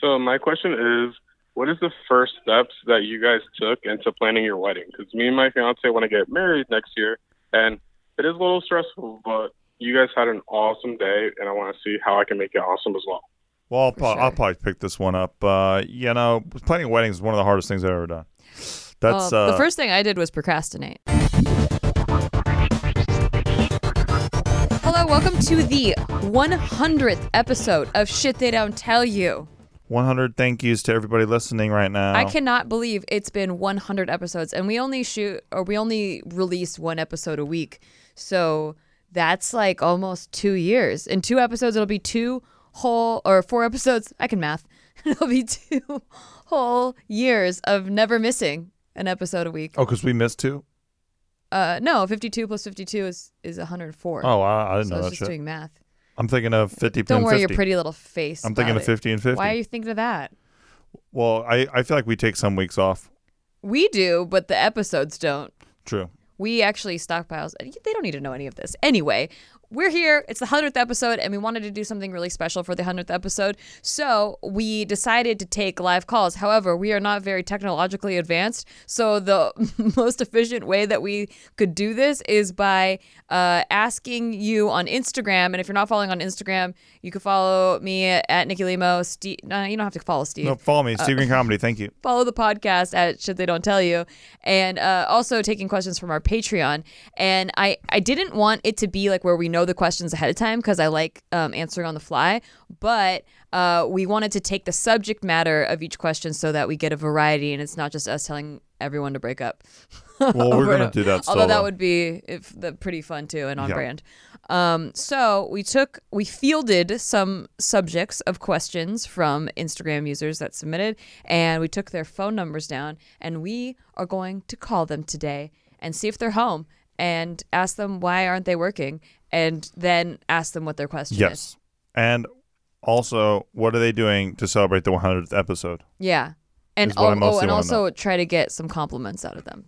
So my question is, what is the first steps that you guys took into planning your wedding? Because me and my fiance want to get married next year, and it is a little stressful, but you guys had an awesome day, and I want to see how I can make it awesome as well. Well, I'll, pro- I'll probably pick this one up. Uh, you know, planning a wedding is one of the hardest things I've ever done. That's Well, uh, Um, the first thing I did was procrastinate. Hello, welcome to the 100th episode of Shit They Don't Tell You. 100 thank yous to everybody listening right now. I cannot believe it's been 100 episodes, and we only shoot or we only release one episode a week. So that's like almost two years. In two episodes, it'll be two whole or four episodes. I can math. It'll be two whole years of never missing an episode a week. Oh, because we missed two? Uh, no, 52 plus 52 is is 104. Oh, I, I didn't so I know was that just shit. doing math. I'm thinking of 50 Don't and worry, 50. your pretty little face. I'm thinking about of it. 50 and 50. Why are you thinking of that? Well, I, I feel like we take some weeks off. We do, but the episodes don't. True. We actually stockpiles. They don't need to know any of this. Anyway, we're here. It's the 100th episode, and we wanted to do something really special for the 100th episode. So we decided to take live calls. However, we are not very technologically advanced. So the most efficient way that we could do this is by uh, asking you on Instagram. And if you're not following on Instagram, you can follow me at Nikki Limo. Steve, no, you don't have to follow Steve No, follow uh, me. Steve Green Comedy. Thank you. follow the podcast at Shit They Don't Tell You, and uh, also taking questions from our Patreon. And I, I didn't want it to be like where we know the questions ahead of time because I like um, answering on the fly, but uh, we wanted to take the subject matter of each question so that we get a variety and it's not just us telling everyone to break up. Well, we're Over going and- to do that Although that solo. would be if the pretty fun too and on Yeah. brand. Um, so we took we fielded some subjects of questions from Instagram users that submitted, and we took their phone numbers down, and we are going to call them today and see if they're home and ask them why aren't they working, and then ask them what their question is. Yes. And also, what are they doing to celebrate the 100th episode? Yeah. And Is what I al- oh, mostly and wanna also try to get some compliments out of them.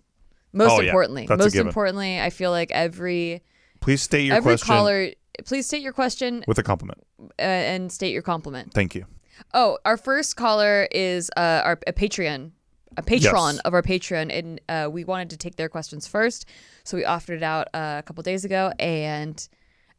Most Oh, yeah. importantly, That's a most given. importantly, I feel like every Please state your every question caller please state your question with a compliment. uh, and state your compliment Thank you. oh our first caller is uh, our a patreon a patron Yes. of our patreon and uh, we wanted to take their questions first so we offered it out uh, a couple days ago and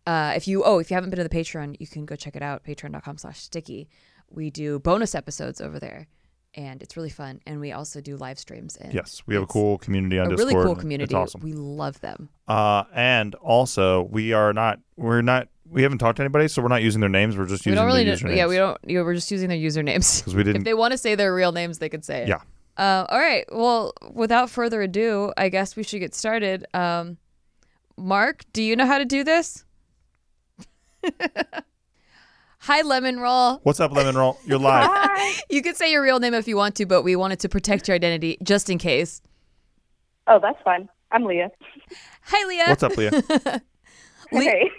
uh, if you oh if you haven't been to the patreon you can go check it out patreon.com slash sticky we do bonus episodes over there and it's really fun and we also do live streams and Yes. We have a it's cool community on a Discord. really cool and community It's awesome. we love them Uh, and also, we are not, we're not, we haven't talked to anybody, so we're not using their names. We're just we using don't really the know, usernames. yeah we don't you know, we're just using their usernames Because we if didn't. they want to say their real names, they could say it. Yeah. Uh, all right. Well, without further ado, I guess we should get started. Um, Mark, do you know how to do this? Hi, Lemon Roll. What's up, Lemon Roll? You're live. You could say your real name if you want to, but we wanted to protect your identity just in case. Oh, that's fun. I'm Leah. Hi, Leah. What's up, Leah? Le- Hey.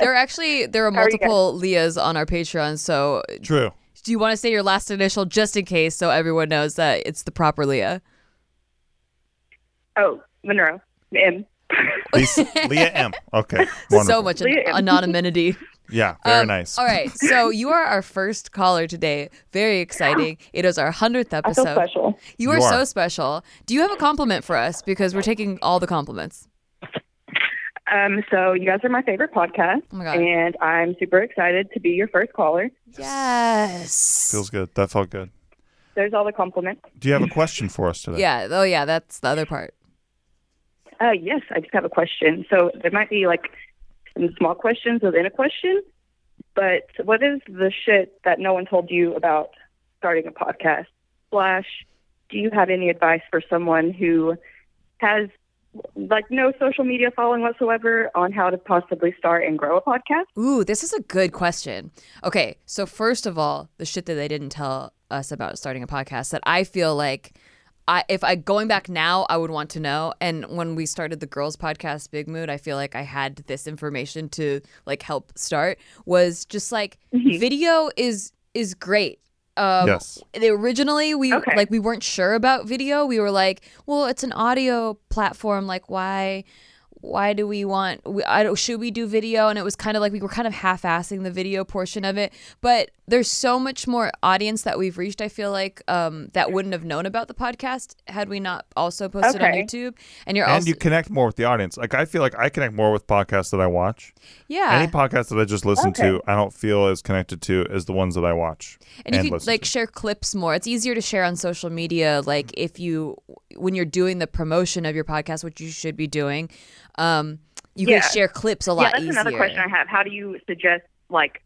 there are actually there are How are you guys? multiple Leahs on our Patreon, so True. do you want to say your last initial just in case so everyone knows that it's the proper Leah? oh, Monroe. M. Lisa, Leah M. Okay. Wonderful. So much an- Leah. anonymity. Yeah. Very Um, nice. All right, so you are our first caller today. Very exciting. It is our hundredth I feel episode. special. You are, You so are. special. Do you have a compliment for us? Because we're taking all the compliments. Um, so you guys are my favorite podcast, Oh my God. and I'm super excited to be your first caller. Yes. Feels good. That felt good. There's all the compliments. Do you have a question for us today? yeah. Oh yeah. That's the other part. Uh, yes, I just have a question. So there might be like some small questions within a question, but what is the shit that no one told you about starting a podcast? Slash, do you have any advice for someone who has like no social media following whatsoever on how to possibly start and grow a podcast? Ooh, this is a good question. Okay, so first of all, the shit that they didn't tell us about starting a podcast that I feel like I if I going back now, I would want to know. And when we started the girls podcast Big Mood, I feel like I had this information to like help start was just like video is is great. Um, Yes. they- originally we Okay. like we weren't sure about video. We were like, well, it's an audio platform. Like, why? Why do we want? We, I don't, should we do video? And it was kind of like we were kind of half-assing the video portion of it. But there's so much more audience that we've reached. I feel like um, that wouldn't have known about the podcast had we not also posted on Okay. YouTube. And you're And also you connect more with the audience. Like I feel like I connect more with podcasts that I watch. yeah. Any podcast that I just listen to, I don't feel as connected to as the ones that I watch and you could listen like to. share clips more it's easier to share on social media like if you when you're doing the promotion of your podcast which you should be doing um you Yeah. can share clips a lot yeah, that's easier another question I have. How do you suggest like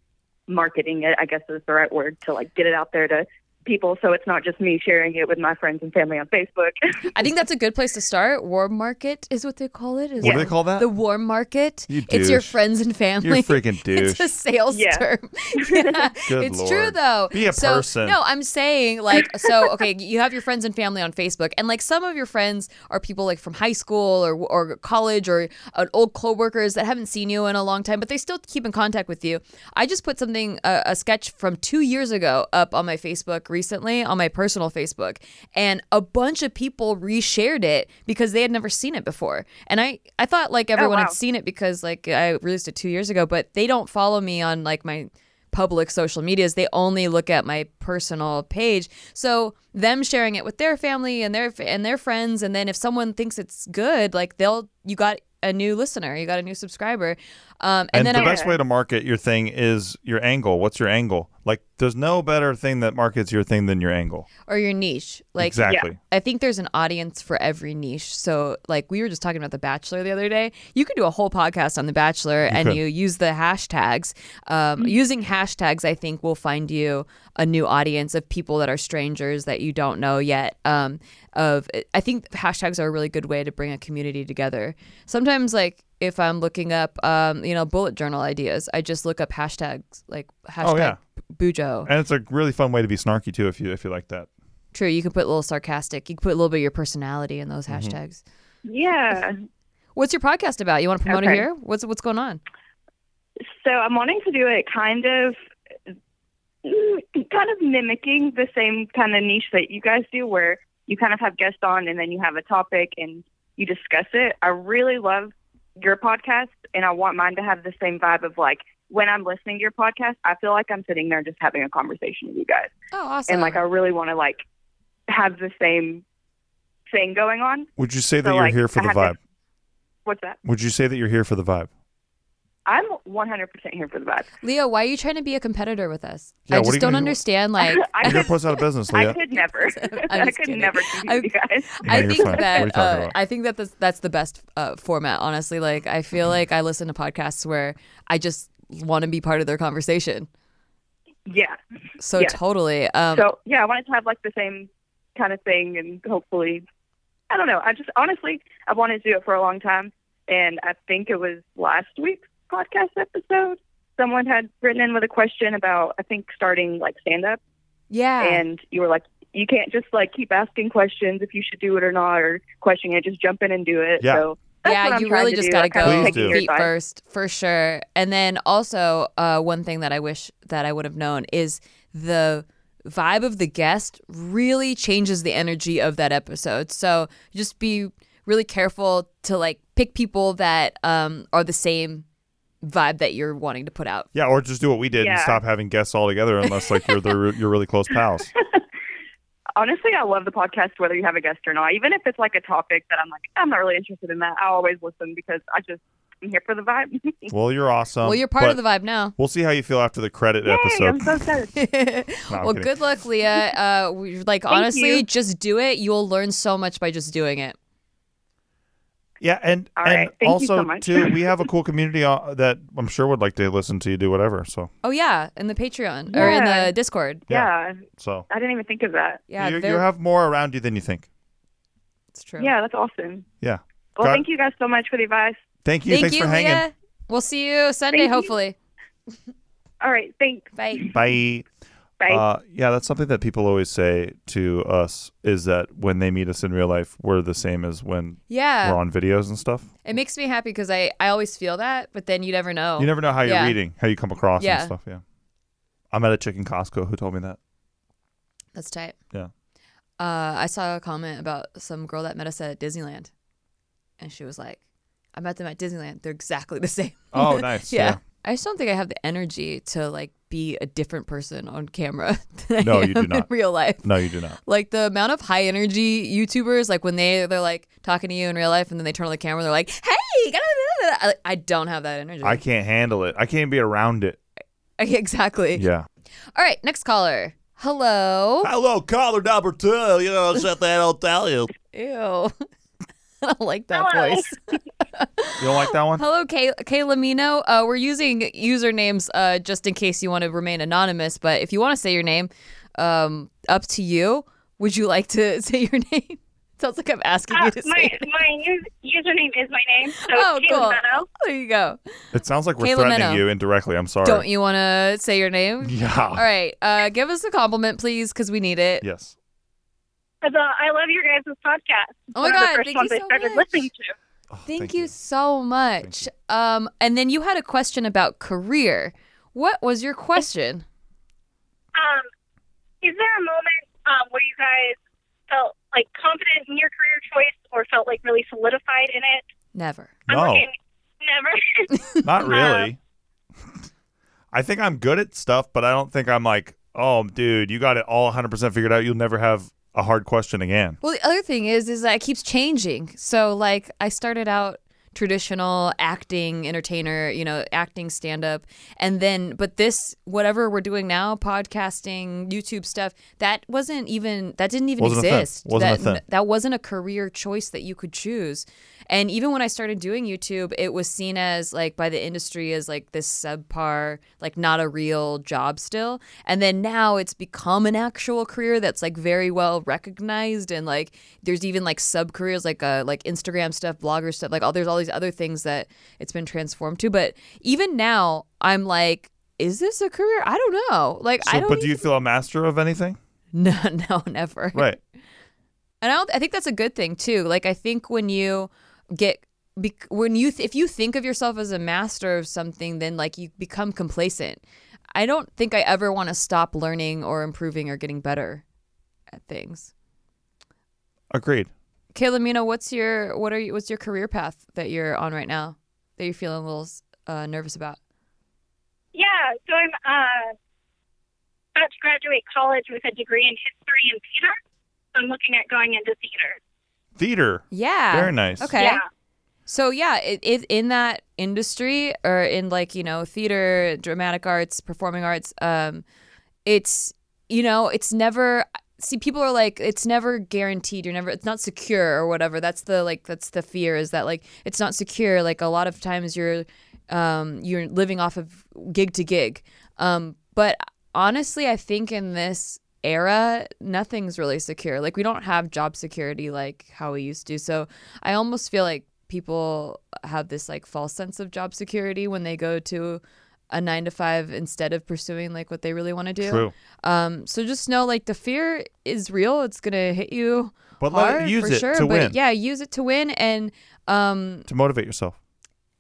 marketing it? I guess is the right word to like get it out there to people, so it's not just me sharing it with my friends and family on Facebook. I think that's a good place to start warm market is what they call it is What do they call that? the warm market You it's your douche. friends and family You're a freaking douche. It's a sales Yeah. term. Yeah. Good it's true Lord. though. Be a so, person. No, I'm saying like so. Okay, you have your friends and family on Facebook, and like some of your friends are people like from high school or or college or uh, old coworkers that haven't seen you in a long time, but they still keep in contact with you. I just put something uh, a, a sketch from two years ago up on my Facebook recently on my personal Facebook, and a bunch of people reshared it because they had never seen it before, and I I thought like everyone Oh, wow. had seen it because like I released it two years ago, but they don't follow me on like my public social medias. They only look at my personal page. So them sharing it with their family and their and their friends, and then if someone thinks it's good, like they'll you got a new listener, you got a new subscriber, um, and, And, then the I, best way to market your thing is your angle. What's your angle? Like, there's no better thing that markets your thing than your angle. or your niche, like exactly. I think there's an audience for every niche. So, like, we were just talking about The Bachelor the other day. You could do a whole podcast on The Bachelor and could. you use the hashtags. Um, Using hashtags, I think, will find you a new audience of people that are strangers that you don't know yet. Um, of I think hashtags are a really good way to bring a community together. Sometimes, like, if I'm looking up, um, you know, bullet journal ideas, I just look up hashtags like hashtag Oh, yeah. Bujo. And it's a really fun way to be snarky too, if you if you like that. True, you can put a little sarcastic. You can put a little bit of your personality in those Mm-hmm. hashtags. yeah. What's your podcast about? You want to promote it Okay. here? What's what's going on? So I'm wanting to do it kind of mm, kind of mimicking the same kind of niche that you guys do where you kind of have guests on and then you have a topic and you discuss it. I really love your podcast and I want mine to have the same vibe of like when I'm listening to your podcast, I feel like I'm sitting there just having a conversation with you guys. Oh, awesome! And like I really want to like have the same thing going on. Would you say that So, you're like, here for I the have vibe? to- What's that? Would you say that you're here for the vibe? I'm 100% here for the vibe. Leo, why are you trying to be a competitor with us? Yeah, I what are just you don't gonna do? understand. Like, I You're gonna could put us out of business, I Leah. could never. I just could kidding. never I'm- compete with you guys. No, I you're think fine. What are you that talking uh, about? I think that that's, that's the best uh, format. Honestly, like I feel Mm-hmm. like I listen to podcasts where I just want to be part of their conversation. Yeah. So Yeah. totally. Um, So yeah, I wanted to have like the same kind of thing, and hopefully, I don't know. I just honestly, I've wanted to do it for a long time, and I think it was last week's podcast episode. Someone had written in with a question about I think starting like stand up, yeah. and you were like, you can't just like keep asking questions if you should do it or not, or questioning it. Just jump in and do it. Yeah. So. That's yeah, what I'm you trying really to just do. got to I kind of go Please like do. your feet advice. first, for sure. And then also, uh, one thing that I wish that I would have known is the vibe of the guest really changes the energy of that episode. So just be really careful to like pick people that um, are the same vibe that you're wanting to put out. Yeah, or just do what we did and Yeah. stop having guests all together, unless like you're the you're really close pals. Honestly, I love the podcast whether you have a guest or not. Even if it's like a topic that I'm like, I'm not really interested in that, I always listen because I just I'm here for the vibe. Well, you're awesome. well, you're part of the Um, but vibe now. We'll see how you feel after the credit Yay, I'm episode. so excited. I'm well, kidding. good luck, Leah. Uh, we, like honestly, you. just do it. You'll learn so much by just doing it. Yeah, and All and right. Thank you also so much. too, we have a cool community uh, that I'm sure would like to listen to you do whatever. So Oh yeah, in the Patreon or in Yeah. the Discord. Yeah. Yeah. so I didn't even think of that. Yeah, you, you they're- have more around you than you think. It's true. Yeah, that's awesome. Yeah. Well, God- thank you guys so much for the advice. Thank you. Thank Thanks you, for hanging. Leah. We'll see you Sunday, Thank you. hopefully. All right, thanks. Bye. Bye. Bye. Uh, yeah, that's something that people always say to us is that when they meet us in real life, we're the same as when Yeah. we're on videos and stuff. It makes me happy because I, I always feel that, but then you never know. You never know how you're Oh. Yeah. reading, how you come across Yeah. and stuff. Yeah. I met a chick in Costco who told me that. That's tight. Yeah. Uh, I saw a comment about some girl that met us at Disneyland, and she was like, "I met them at Disneyland. They're exactly the same." Oh, nice. yeah. I just don't think I have the energy to like be a different person on camera than No, I you do am in not. real life. No, you do not. Like the amount of high energy YouTubers, like when they they're like talking to you in real life, and then they turn on the camera, they're like, "Hey, I, I don't have that energy." I can't handle it. I can't be around it. exactly. Yeah. All right, next caller. Hello. Hello, caller number two. You know, shut that old tell you. Ew. I don't like that Hello. voice. You don't like that one? Hello, Kay- Kayla Mino. Uh, we're using usernames uh, just in case you want to remain anonymous, but if you want to say your name, um, up to you. Would you like to say your name? Sounds like I'm asking Uh, you to say my it. my u- username is my name, so Oh, Kayla cool. Meadow. There you go. It sounds like we're Kayla threatening Minow. you indirectly. I'm sorry. Don't you want to say your name? Yeah. All right. Uh, give us a compliment, please, because we need it. Yes. So uh, I love your guys' podcast. Oh, my One of the God. first Thank you ones I so started much. listening to. Oh, Thank, you so much. Um, and then you had a question about career. What was your question? Um, is there a moment um, where you guys felt like confident in your career choice or felt like really solidified in it? Never. I'm No, looking, never. not really. I think I'm good at stuff, but I don't think I'm like, oh, dude, you got it all 100% figured out. You'll never have a hard question again. Well, the other thing is, is that it keeps changing. So, like, I started out traditional acting entertainer, you know, acting stand up, and then, but this whatever we're doing now, podcasting, YouTube stuff, that wasn't even that didn't even Wasn't a thing. exist. Wasn't a that thing. that wasn't a career choice that you could choose. And even when I started doing YouTube, it was seen as like by the industry as like this subpar, like not a real job still. And then now it's become an actual career that's like very well recognized and like there's even like sub careers like uh like Instagram stuff, blogger stuff, like all there's all these other things that it's been transformed to. But even now I'm like, is this a career? I don't know. Like I So, don't but do you feel a master of anything? no no never. Right. And I, don't, I think that's a good thing too. Like I think when you get bec- when you th- if you think of yourself as a master of something, then like you become complacent. I don't think I ever want to stop learning or improving or getting better at things. Agreed. Kayla Mina, what's your what are you what's your career path that you're on right now that you're feeling a little uh, nervous about? yeah, so I'm uh, about to graduate college with a degree in history and theater. So I'm looking at going into theater. Theater. Yeah. Very nice. Okay. Yeah. So yeah, it, it in that industry or in like you know theater, dramatic arts, performing arts, um, it's you know it's never. See, people are like, it's never guaranteed. You're never, it's not secure or whatever. That's the like, that's the fear is that like it's not secure. Like a lot of times you're, um, you're living off of gig to gig. Um, but honestly, I think in this era, nothing's really secure. Like we don't have job security like how we used to. So I almost feel like people have this like false sense of job security when they go to a nine to five instead of pursuing like what they really want to do. True. Um, so just know like the fear is real. It's gonna hit you But let- hard use for it sure. to but win. yeah, use it to win and um To motivate yourself.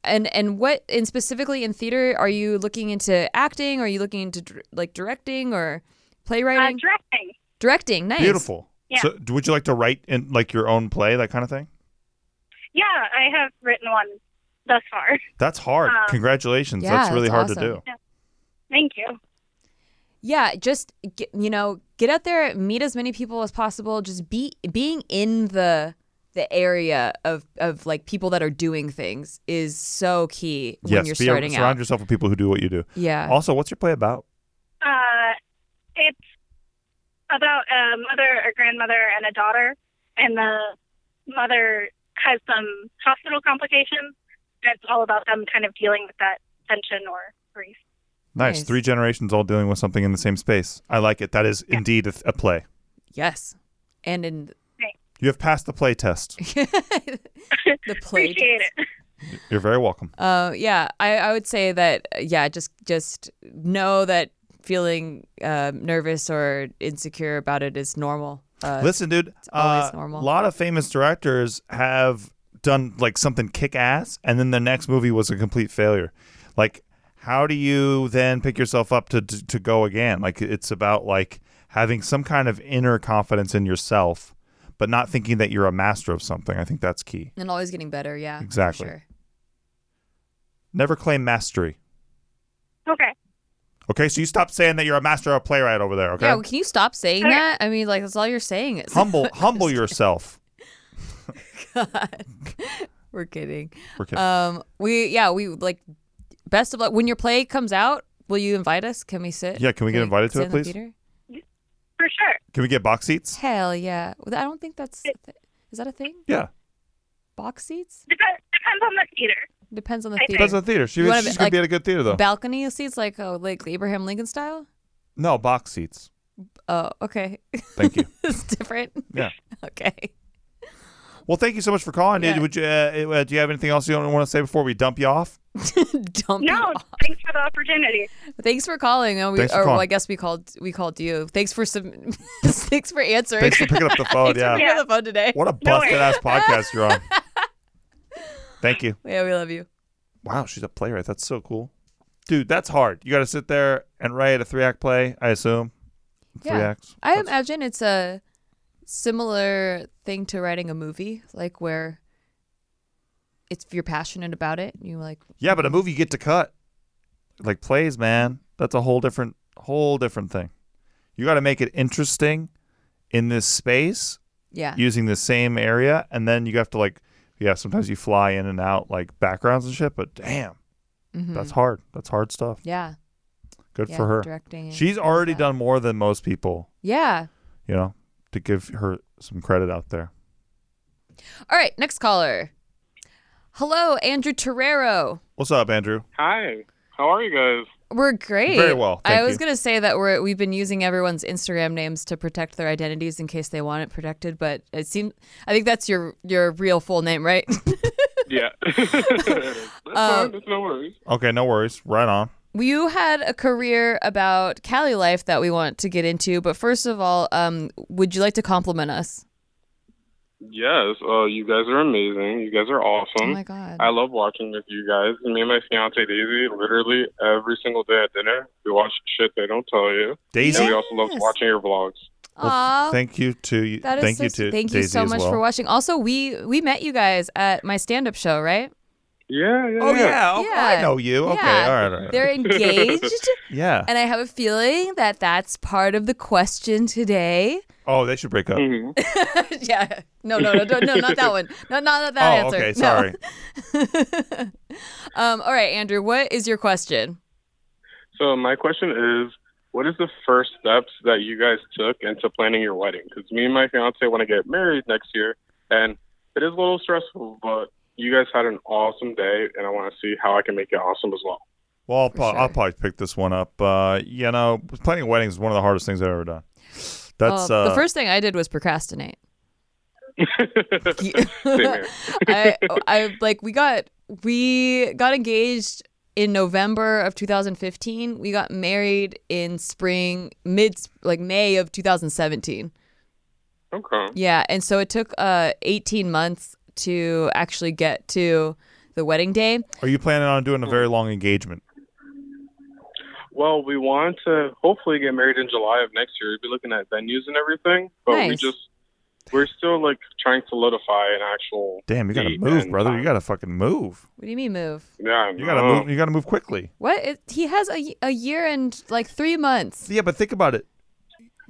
and and what and specifically in theater are you looking into acting? Are you looking into dir- like directing or Uh, playwriting? directing. directing, nice, Beautiful. Yeah. So, d- would you like to write in like your own play, that kind of thing? Yeah, I have written one thus far. That's hard. Um, Congratulations. yeah, that's really that's hard to awesome. do. Thank you. yeah just get, you know get out there meet as many people as possible just be being in the the area of of like people that are doing things is so key when yes. you're be- starting surround out yourself with people who do what you do. yeah Also, what's your play about? Uh, it's about a mother, a grandmother, and a daughter, and the mother has some hospital complications. And it's all about them kind of dealing with that tension or grief. Nice. Nice. Three generations all dealing with something in the same space. I like it. That is indeed a, th- a play. yes and in Right. You have passed the play test. the plate. Appreciate it. You're very welcome. Uh, yeah, I, I would say that uh, yeah, just just know that feeling uh, nervous or insecure about it is normal. Uh, Listen, dude, always a normal. lot of famous directors have done like something kick ass, and then the next movie was a complete failure. Like, how do you then pick yourself up to, to, to go again? Like, it's about like having some kind of inner confidence in yourself, but not thinking that you're a master of something. I think that's key. and always getting better. Yeah, for Exactly. sure. Never claim mastery. Okay. Okay, so you stop saying that you're a master of playwright over there. Okay, Yeah, well, can you stop saying that? I mean, like that's all you're saying. Is humble, humble yourself. God. We're kidding. We're kidding. Um, we yeah, we like best of luck when your play comes out. Will you invite us? Can we sit? Yeah, can we get invited to sit it, in the please? theater? For sure. Can we get box seats? Hell yeah! Well, I don't think that's a thi- is that a thing? Yeah, Box seats Depends, depends on the theater. depends on the I think- theater. depends on the theater. She, You wanna she's be- gonna like- be at a good theater though. balcony seats like oh, like Abraham Lincoln style. No, box seats. Oh, okay. Thank you. it's different. Yeah. Okay. Well, thank you so much for calling. Yeah. Did Would you, uh, uh, do you have anything else you want to say before we dump you off? Don't. be No, aw- thanks for the opportunity. Thanks for calling. Uh, we, Thanks for or, Well, calling. I guess we called we called you. Thanks for some. thanks for answering. Thanks for picking up the phone. Thanks for yeah. being on the phone today. What a busted ass podcast you're on. Thank you. Yeah, we love you. Wow, she's a playwright. That's so cool. Dude, that's hard. You got to sit there and write a three act play, I assume. Three Yeah. acts. I That's- imagine it's a similar thing to writing a movie, like where it's you're passionate about it. You like yeah, but a movie you get to cut. Like plays, man. That's a whole different whole different thing. You got to make it interesting in this space yeah. using the same area and then you have to like yeah sometimes you fly in and out like backgrounds and shit but damn Mhm. that's hard that's hard stuff yeah. good yeah, for her Directing. and she's all of already that. done more than most people Yeah. you know to give her some credit out there All right, next caller. Hello, Andrew Terrero. what's up andrew Hi, how are you guys? We're great. Very well, I thank was you. gonna say that we're we've been using everyone's Instagram names to protect their identities in case they want it protected, but it seems I think that's your your real full name, right? Yeah, that's Uh, fine. That's no worries. okay no worries right on you had a career about Cali life that we want to get into, but first of all, um, would you like to compliment us? Yes, uh, you guys are amazing. You guys are Oh awesome. my Mm-hmm. god. I love watching with you guys. Me and my fiance Daisy, literally every single day at dinner, we watch shit they don't tell you. daisy And we also love Yes. watching your vlogs. Aw. thank you to you That is thank so you s- to thank daisy you so as much well. for watching. Also, we we met you guys at my stand-up show, right? Yeah, yeah. oh yeah, oh, i Yeah. know you okay Yeah. all right, all right. They're engaged. yeah And I have a feeling that that's part of the question today. oh they should break up Mhm. yeah. No, no, no, no, no, not that one. No, not, not oh that answer. okay No. sorry Um, all right, Andrew, what is your question? So my question is, what is the first steps that you guys took into planning your wedding? Because me and my fiance want to get married next year, and it is a little stressful, but you guys had an awesome day, and I want to see how I can make it awesome as well. Well, I'll, For pro- I'll sure. probably pick this one up. Uh, you know, planning a wedding is one of the hardest things I've ever done. That's Oh, uh, the first thing I did was procrastinate. here. I, I like we got we got engaged in November of 2015. We got married in spring, mid like May of 2017. Okay. Yeah, and so it took uh 18 months to actually get to the wedding day. Are you planning on doing a very long engagement? Well, we want to hopefully get married in July of next year. We'll be looking at venues and everything, but we Nice. just we're still like trying to solidify an actual. Damn, you gotta date move, and brother. You time. gotta fucking move. What do you mean move? Yeah, um, You gotta Oh. move. You gotta move quickly. What? It, he has a, y- a year and like three months. Yeah, but think about it.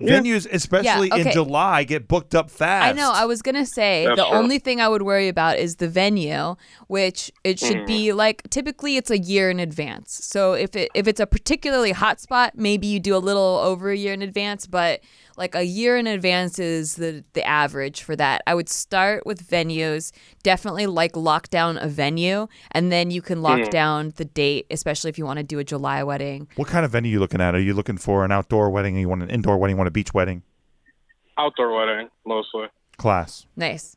Venues, especially in okay. July, get booked up fast. I know. I was gonna say That's the true. only thing I would worry about is the venue, which it should Mm-hmm. be like typically it's a year in advance. So if it if it's a particularly hot spot, maybe you do a little over a year in advance. But like a year in advance is the the average for that. I would start with venues. Definitely like lock down a venue, and then you can lock Mm. down the date, especially if you want to do a July wedding. What kind of venue you looking at? Are you looking for an outdoor wedding? You want an indoor wedding? You want a beach wedding? outdoor wedding mostly. class. Nice.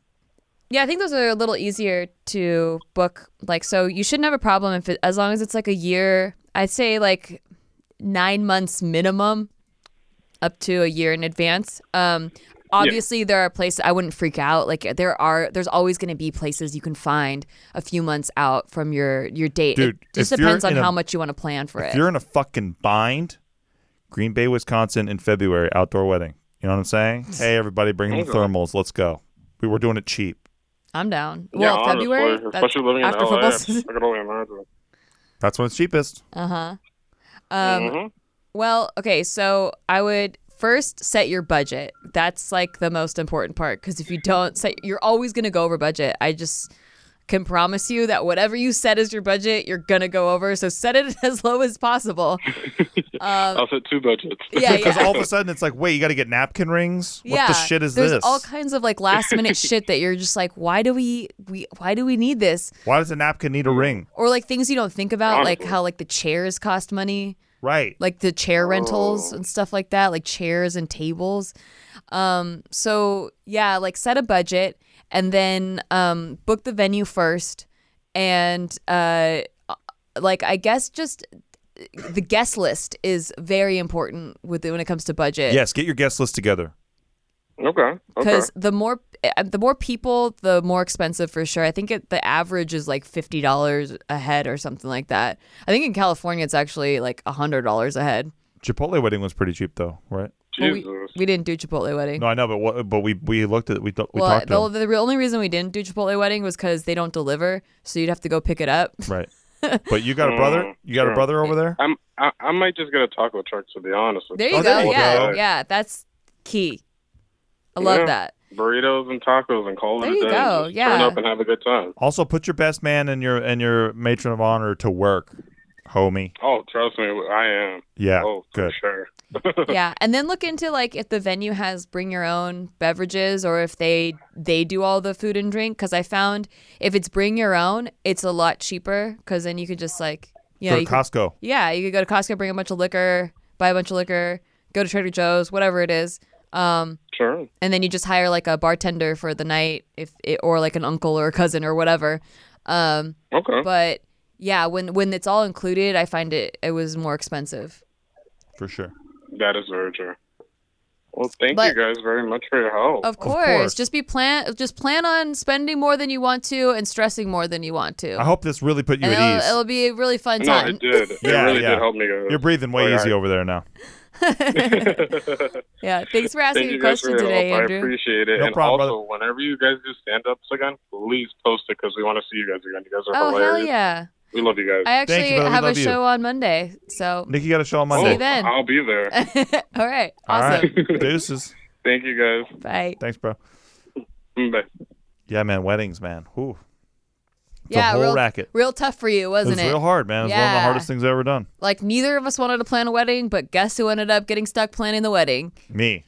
Yeah, I think those are a little easier to book. Like, so you shouldn't have a problem if it, as long as it's like a year. I'd say like nine months minimum, up to a year in advance. Um, obviously there are places I wouldn't freak out. Like there are, there's always going to be places you can find a few months out from your your date. Dude, it just if you're depends on in a- how much you want to plan for If it. you're in a fucking bind, Green Bay, Wisconsin in February, outdoor wedding. You know what I'm saying? Hey, everybody, bring the Totally. thermals. Let's go. We were doing it cheap. I'm down. yeah, well, honestly, February. That's especially living in after LA, football I season. can only imagine. That's when it's cheapest. Uh huh. Um, Mm-hmm. Mhm. Well, okay, so I would first set your budget. That's like the most important part because if you don't set, you're always going to go over budget. I just can promise you that whatever you set as your budget, you're going to go over. So set it as low as possible. Um, I'll set two budgets. yeah, Because yeah. all of a sudden it's like, wait, you got to get napkin rings? What yeah, the shit is There's this? all kinds of like last minute shit that you're just like, why do we, we why do we need this? Why does a napkin need a Mm-hmm. ring? Or like things you don't think about, like Honestly. how like the chairs cost money. Right. like the chair rentals Oh. and stuff like that, like chairs and tables. Um, so yeah, like set a budget and then um, book the venue first, and uh, like I guess just the guest list is very important with when it comes to budget. yes, get your guest list together. okay. Okay. Because the more uh, the more people, the more expensive for sure. I think it, the average is like fifty dollars a head or something like that. I think in California it's actually like hundred dollars a head. Chipotle wedding was pretty cheap though, right? Well, Jesus. we, we didn't do Chipotle wedding. No, I know, but what, but we we looked at we thought we well, talked to the, them. the real only reason we didn't do Chipotle wedding was because they don't deliver, so you'd have to go pick it up. right. But you got a brother? Mm, You got a sure. brother over there? I'm, I, I might just get a taco truck to be honest with There you Oh, go. there you yeah, go. yeah, that's key. I love Yeah. that. Burritos and tacos and call it There a you day. go, Just yeah. Turn up and have a good time. Also, put your best man and your and your matron of honor to work, homie. Oh, trust me, I am. Yeah, oh, for good. sure. yeah, and then look into like if the venue has bring your own beverages or if they they do all the food and drink. Because I found if it's bring your own, it's a lot cheaper. Because then you could just like you know Go you to could- Costco. Yeah, you could go to Costco, bring a bunch of liquor, buy a bunch of liquor, go to Trader Joe's, whatever it is. Um, Sure. and then you just hire like a bartender for the night if it, or like an uncle or a cousin or whatever um Okay. but yeah when when it's all included i find it it was more expensive for sure. that is very true. Well, thank But- Oh, you guys very much for your help. of course, course. just be plan just plan on spending more than you want to and stressing more than you want to I hope this really put you and at it'll, ease. it'll be a really fun no, time it did. It Yeah, really yeah. did help me. guys. You're breathing way Alright. easy over there now. yeah thanks for asking Thank the you guys for question your today help. I andrew appreciate it. No and problem, also, whenever you guys do stand ups again, please post it because we want to see you guys again. You guys are oh hilarious. hell yeah We love you guys. i you, actually brother. We have a love you. show on monday so Nikki got a show on Oh, See you Monday. then. I'll be there. all right All awesome right. Deuces. Thank you guys. Mm, bye Thanks, bro. Bye. Yeah, man. Weddings, man. Whew. The yeah whole real, racket. real tough for you wasn't it was real hard, man. It was one of the Yeah. hardest things I've ever done. Like neither of us wanted to plan a wedding, but guess who ended up getting stuck planning the wedding? Me.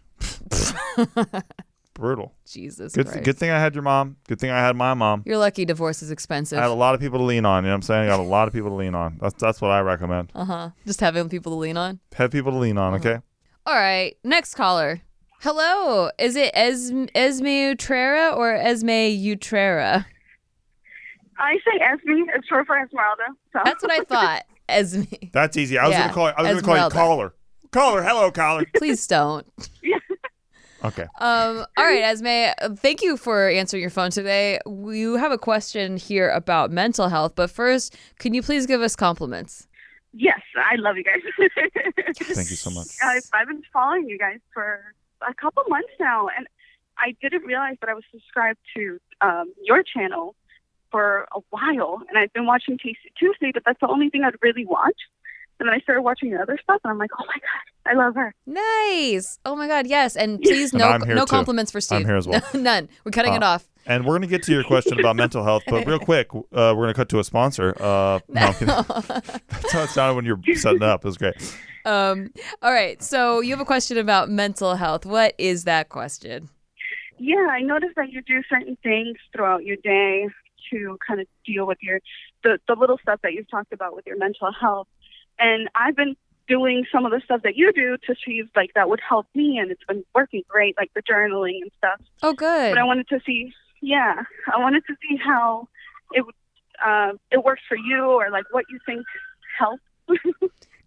Brutal. Jesus Good, Christ. good thing I had your mom. Good thing I had my mom. You're lucky divorce is expensive. I had a lot of people to lean on. You know what I'm saying? I got a lot of people to lean on. That's that's what I recommend. Uh huh. Just having people to lean on. Have people to lean on, Uh-huh. okay? All right, next caller. Hello, is it es- Esme Utrera or Esme Utrera? I say Esme. It's short for Esmeralda. So. That's what I thought. Esme, That's easy. I was Yeah. gonna call. I was gonna Esmeralda. call you caller. Caller, hello, caller. please don't. okay. Um, all right, Esme, uh, thank you for answering your phone today. You have a question here about mental health, but first, can you please give us compliments? yes, I love you guys. Thank you so much. I've, I've been following you guys for a couple months now, and I didn't realize that I was subscribed to um, your channel for a while, and I've been watching Tasty Tuesday, but that's the only thing I'd really watch. And then I started watching your other stuff, and I'm like, oh my god, I love her. Nice. Oh my God. Yes. And please, And no, I'm here no too. compliments for Steve. I'm here as well. None. We're cutting Uh, it off. And we're gonna get to your question about mental health, but real quick, uh, we're gonna cut to a sponsor. Uh, no, I'm kidding. That's how it sounded when you're setting it up. It was great. um, all right. So you have a question about mental health. What is that question? Yeah, I noticed that you do certain things throughout your day to kind of deal with your the, the little stuff that you've talked about with your mental health. And I've been doing some of the stuff that you do to see if like that would help me and it's been working great, like the journaling and stuff. Oh, good. But I wanted to see, yeah, I wanted to see how it would, uh, it works for you or like what you think helps.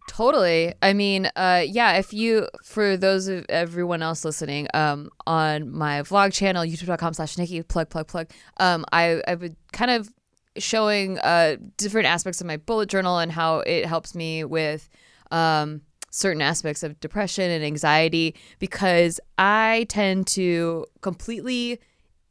Totally. I mean, uh, yeah. If you, for those of everyone else listening, um, on my vlog channel, YouTube.com/slash Nikki, plug, plug, plug. Um, I I've been kind of showing uh different aspects of my bullet journal and how it helps me with um certain aspects of depression and anxiety because I tend to completely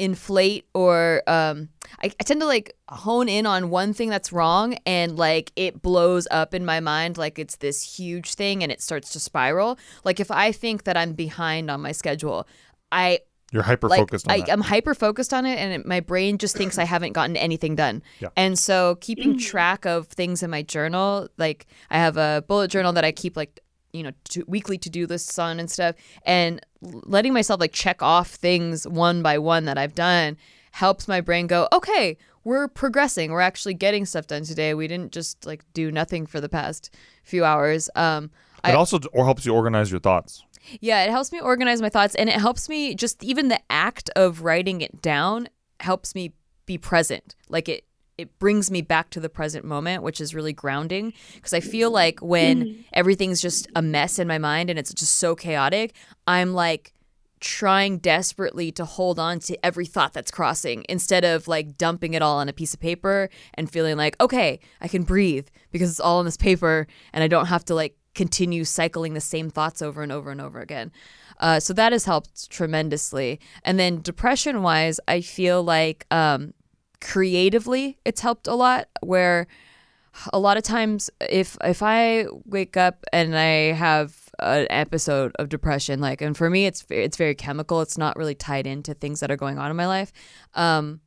inflate or um, I, I tend to like hone in on one thing that's wrong and like it blows up in my mind like it's this huge thing and it starts to spiral like if i think that i'm behind on my schedule i You're hyper like focused I, on that. i'm hyper focused on it and it, my brain just thinks i haven't gotten anything done Yeah. and so keeping track of things in my journal like i have a bullet journal that i keep like you know to, weekly to-do lists on and stuff and l- letting myself like check off things one by one that i've done helps my brain go okay we're progressing we're actually getting stuff done today we didn't just like do nothing for the past few hours um I, it also d- or helps you organize your thoughts. yeah, it helps me organize my thoughts and it helps me just even the act of writing it down helps me be present. Like it it brings me back to the present moment, which is really grounding because I feel like when everything's just a mess in my mind and it's just so chaotic, I'm like trying desperately to hold on to every thought that's crossing instead of like dumping it all on a piece of paper and feeling like okay i can breathe because it's all on this paper and i don't have to like continue cycling the same thoughts over and over and over again uh, so that has helped tremendously and then depression wise i feel like um, creatively it's helped a lot where a lot of times if if I wake up and I have an episode of depression, like, and for me, it's it's very chemical. It's not really tied into things that are going on in my life. Um,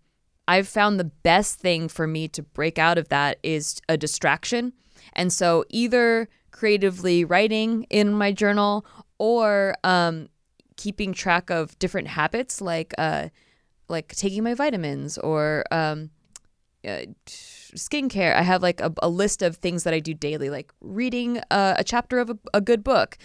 I've found the best thing for me to break out of that is a distraction, and so either creatively writing in my journal or um, keeping track of different habits, like uh, like taking my vitamins or um, uh, skincare. I have like a, a list of things that I do daily, like reading uh, a chapter of a, a good book,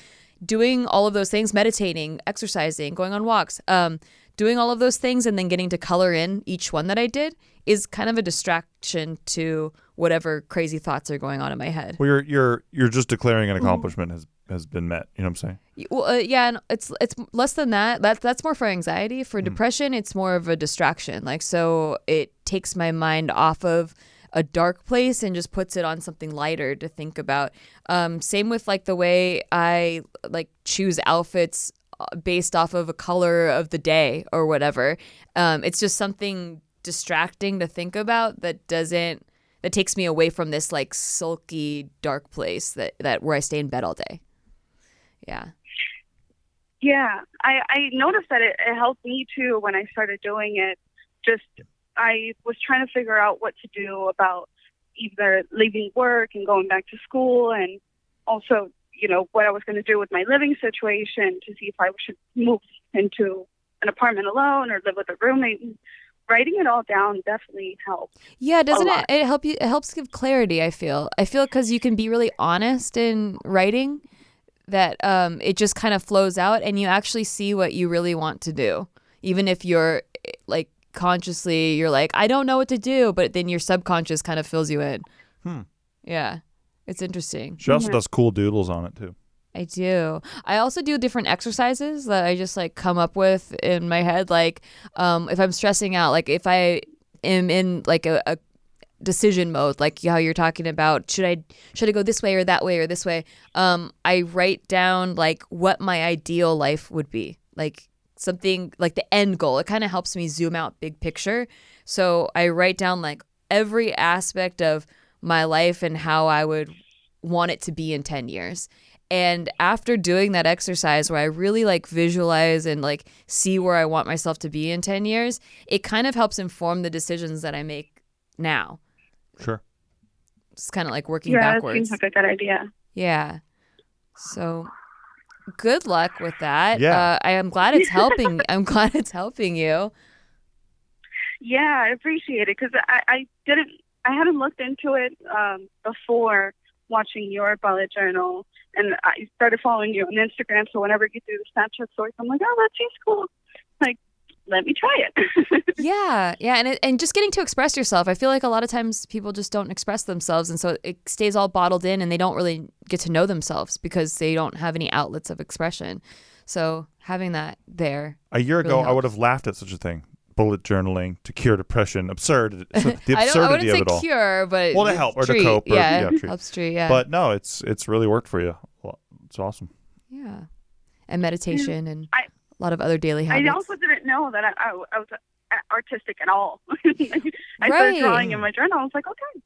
doing all of those things, meditating, exercising, going on walks, um, doing all of those things, and then getting to color in each one that I did is kind of a distraction to whatever crazy thoughts are going on in my head. Well, you're you're you're just declaring Mm-hmm. an accomplishment has has been met. You know what I'm saying? Y- Well, uh, yeah, and it's it's less than that. That that's more for anxiety. For depression, it's more of a distraction. Like so, it takes my mind off of a dark place and just puts it on something lighter to think about. Um, same with like the way I like choose outfits uh, based off of a color of the day or whatever. Um, it's just something distracting to think about that doesn't that takes me away from this like sulky dark place that that where I stay in bed all day. Yeah. Yeah, I, I noticed that it, it helped me too when I started doing it. Just I was trying to figure out what to do about either leaving work and going back to school, and also you know what I was going to do with my living situation to see if I should move into an apartment alone or live with a roommate. Writing it all down definitely helped. Yeah, doesn't it? lot. It help you. It helps give clarity. I feel. I feel because you can be really honest in writing, that um, it just kind of flows out, and you actually see what you really want to do, even if you're eh, like consciously you're like I don't know what to do, but then your subconscious kind of fills you in. Hmm. Yeah, it's interesting. She also does cool doodles on it too. I do. I also do different exercises that I just like come up with in my head. Like, um, if I'm stressing out, like if I am in like a, a decision mode, like how you're talking about, should I should I go this way or that way or this way? Um, I write down like what my ideal life would be, like something like the end goal. It kind of helps me zoom out big picture. So I write down like every aspect of my life and how I would want it to be in 10 years. And after doing that exercise where I really like visualize and like see where I want myself to be in 10 years, it kind of helps inform the decisions that I make now. Sure. It's kind of like working Yeah, it backwards. seems like a good idea. yeah. So good luck with that. Yeah. Uh, I am glad it's helping. I'm glad it's helping you. Yeah, I appreciate it because I, I didn't, I hadn't looked into it um, before watching your bullet journal, and I started following you on Instagram. So whenever you do the Snapchat stories, I'm like, oh, that seems cool. Like, let me try it. Yeah, yeah, and it, and just getting to express yourself. I feel like a lot of times people just don't express themselves, and so it stays all bottled in, and they don't really get to know themselves because they don't have any outlets of expression. So having that there, A year Really ago, I helps. would have laughed at such a thing. Bullet journaling to cure depression. Absurd. So the I don't, I absurdity wouldn't say of it all. cure, but Well, to help or to treat, cope or- yeah, yeah, treat. helps treat, yeah, But no, it's it's really worked for you. Well, It's awesome. yeah, and meditation and I- a lot of other daily I habits. also didn't know that I, I, I was a- artistic at all. I Right. started drawing in my journal. I was like, okay,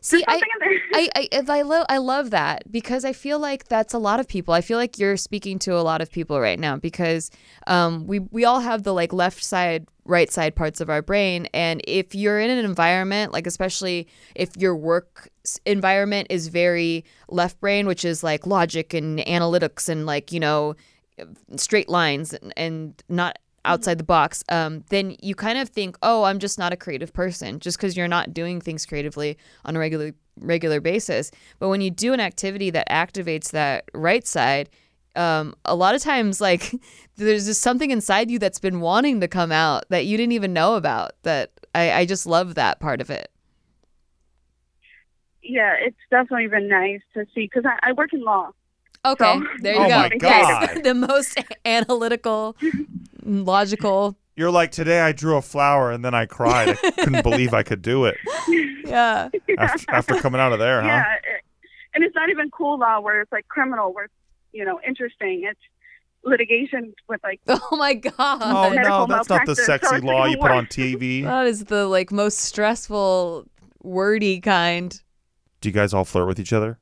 See, there's I, something in there. I I if I love I love that because I feel like that's a lot of people. I feel like you're speaking to a lot of people right now because um we we all have the like left side right side parts of our brain and if you're in an environment like especially if your work s- environment is very left brain which is like logic and analytics and like you know straight lines and, and not outside the box, um, then you kind of think, oh, I'm just not a creative person, just because you're not doing things creatively on a regular regular basis. But when you do an activity that activates that right side, um, a lot of times like there's just something inside you that's been wanting to come out that you didn't even know about. That I, I just love that part of it. yeah, it's definitely been nice to see because I, I work in law. Okay, So- there you Oh go. my Yes. god! the most analytical, logical. You're like today. I drew a flower and then I cried. I couldn't believe I could do it Yeah. after, after coming out of there, Uh-huh. huh? Yeah, it, and it's not even cool law where it's like criminal, where it's you know interesting. It's litigation with like Oh my god. Oh no, Medical that's not the malpractice, sexy so it's law even you put worse. on TV. That is the like most stressful, wordy kind. Do you guys all flirt with each other?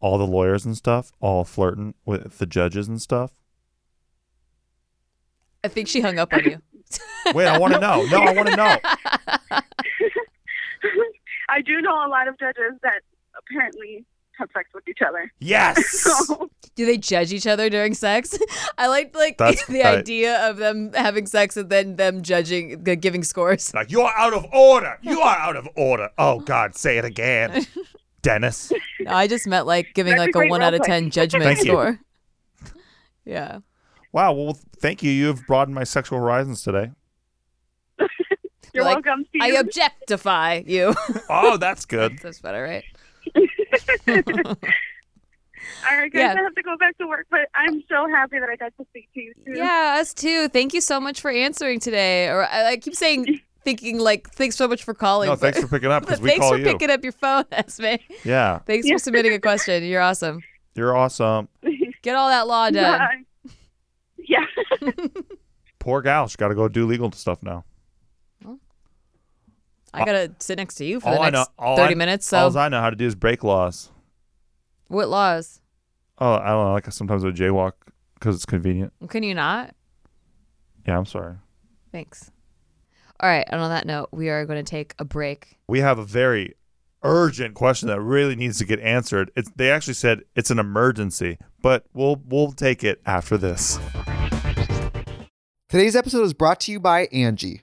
All the lawyers and stuff, all flirting with the judges and stuff. I think she hung up on you. Wait, I want to know. No, I want to know. I do know a lot of judges that apparently have sex with each other. Yes. So Do they judge each other during sex? I like like That's the right. idea of them having sex and then them judging, the giving scores. Like you're out of order. You are out of order. Oh God, say it again, Dennis. No, I just meant like giving That's a like a great one role out of play. ten judgment Thank you. score. Yeah. Wow. Well, thank you. You've broadened my sexual horizons today. you're Like, welcome. See I you. objectify you. Oh, that's good. That's better, right? All right, guys, Yeah. I have to go back to work, but I'm so happy that I got to speak to you. Soon. Yeah, us too. Thank you so much for answering today. Or I, I keep saying, thinking like, thanks so much for calling. No, but- thanks for picking up But because we thanks call for you. picking up your phone, Esme. Yeah, Thanks Yeah. for submitting a question. You're awesome. you're awesome. Get all that law done. Bye. Yeah. Poor gal, she got to go do legal stuff now. I gotta sit next to you for all the I know, next all thirty I, minutes. all So I know how to do is break laws. what laws? Oh, I don't know. Like sometimes I jaywalk because it's convenient. Can you not? Yeah, I'm sorry. Thanks. All right. And on that note, we are going to take a break. We have a very urgent question that really needs to get answered. It's, they actually said it's an emergency, but we'll we'll take it after this. Today's episode is brought to you by Angie.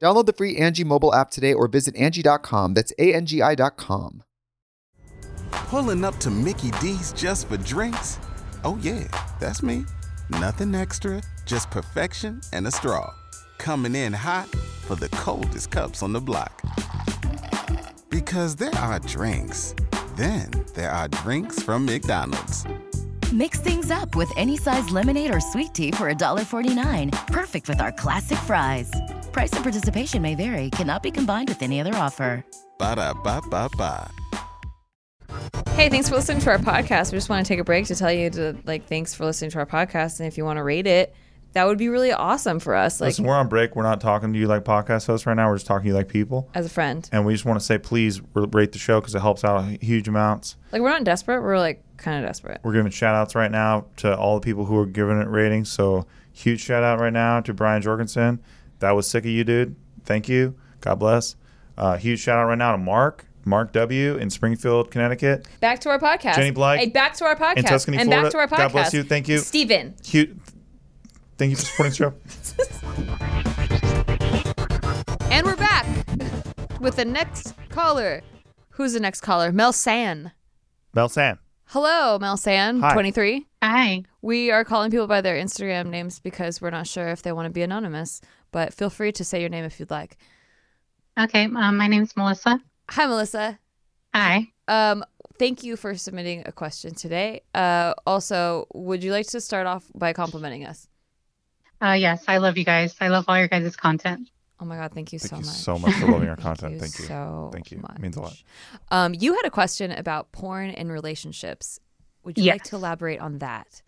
Download the free Angie mobile app today or visit Angie.com. That's A-N-G-I dot com. Pulling up to Mickey D's just for drinks? Oh, yeah, that's me. Nothing extra, just perfection and a straw. Coming in hot for the coldest cups on the block. Because there are drinks, then there are drinks from McDonald's. Mix things up with any size lemonade or sweet tea for $1.49. Perfect with our classic fries. Price and participation may vary, cannot be combined with any other offer. Ba da ba ba ba. Hey, thanks for listening to our podcast. We just want to take a break to tell you to like thanks for listening to our podcast, and if you want to rate it, that would be really awesome for us. Like Listen, we're on break. We're not talking to you like podcast hosts right now. We're just talking to you like people. as a friend, And we just want to say, please rate the show because it helps out huge amounts. like we're not desperate. We're like kind of desperate. We're giving shout outs right now to all the people who are giving it ratings. So, huge shout out right now to Brian Jorgensen. That was sick of you, dude. Thank you. God bless. Uh, huge shout out right now to Mark, Mark W. in Springfield, Connecticut. Back to our podcast, Jenny Blythe Hey, back to our podcast in Tuscany, and Florida. back to our podcast. God bless you. Thank you. Steven. Huge. Thank you for supporting the show. And we're back with the next caller. Who's the next caller? Mel San. Mel San. Hello, Mel San, Hi. 23. Hi. We are calling people by their Instagram names because we're not sure if they want to be anonymous, but feel free to say your name if you'd like. Okay. Um, my name's Melissa. Hi, Melissa. Hi. Um, thank you for submitting a question today. Uh, also, would you like to start off by complimenting us? Uh, yes, I love you guys. I love all your guys' content. Oh my God, thank you Thank so you much. so much for loving our content. Thank you. so Thank you. Much. It means a lot. Um, you had a question about porn and relationships. Would you like Yes. to elaborate on that?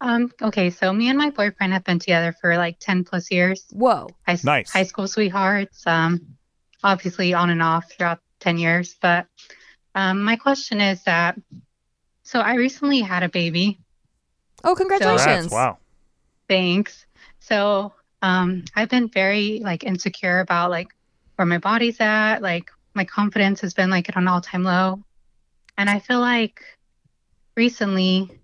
Um, okay, so me and my boyfriend have been together for like ten plus years. Whoa. High, s- Nice. High school sweethearts. Um, obviously on and off throughout ten years. But um, my question is that, so I recently had a baby. Oh, congratulations. Congrats. Wow. Thanks. So um, I've been very like insecure about like where my body's at. Like my confidence has been like at an all time low, and I feel like recently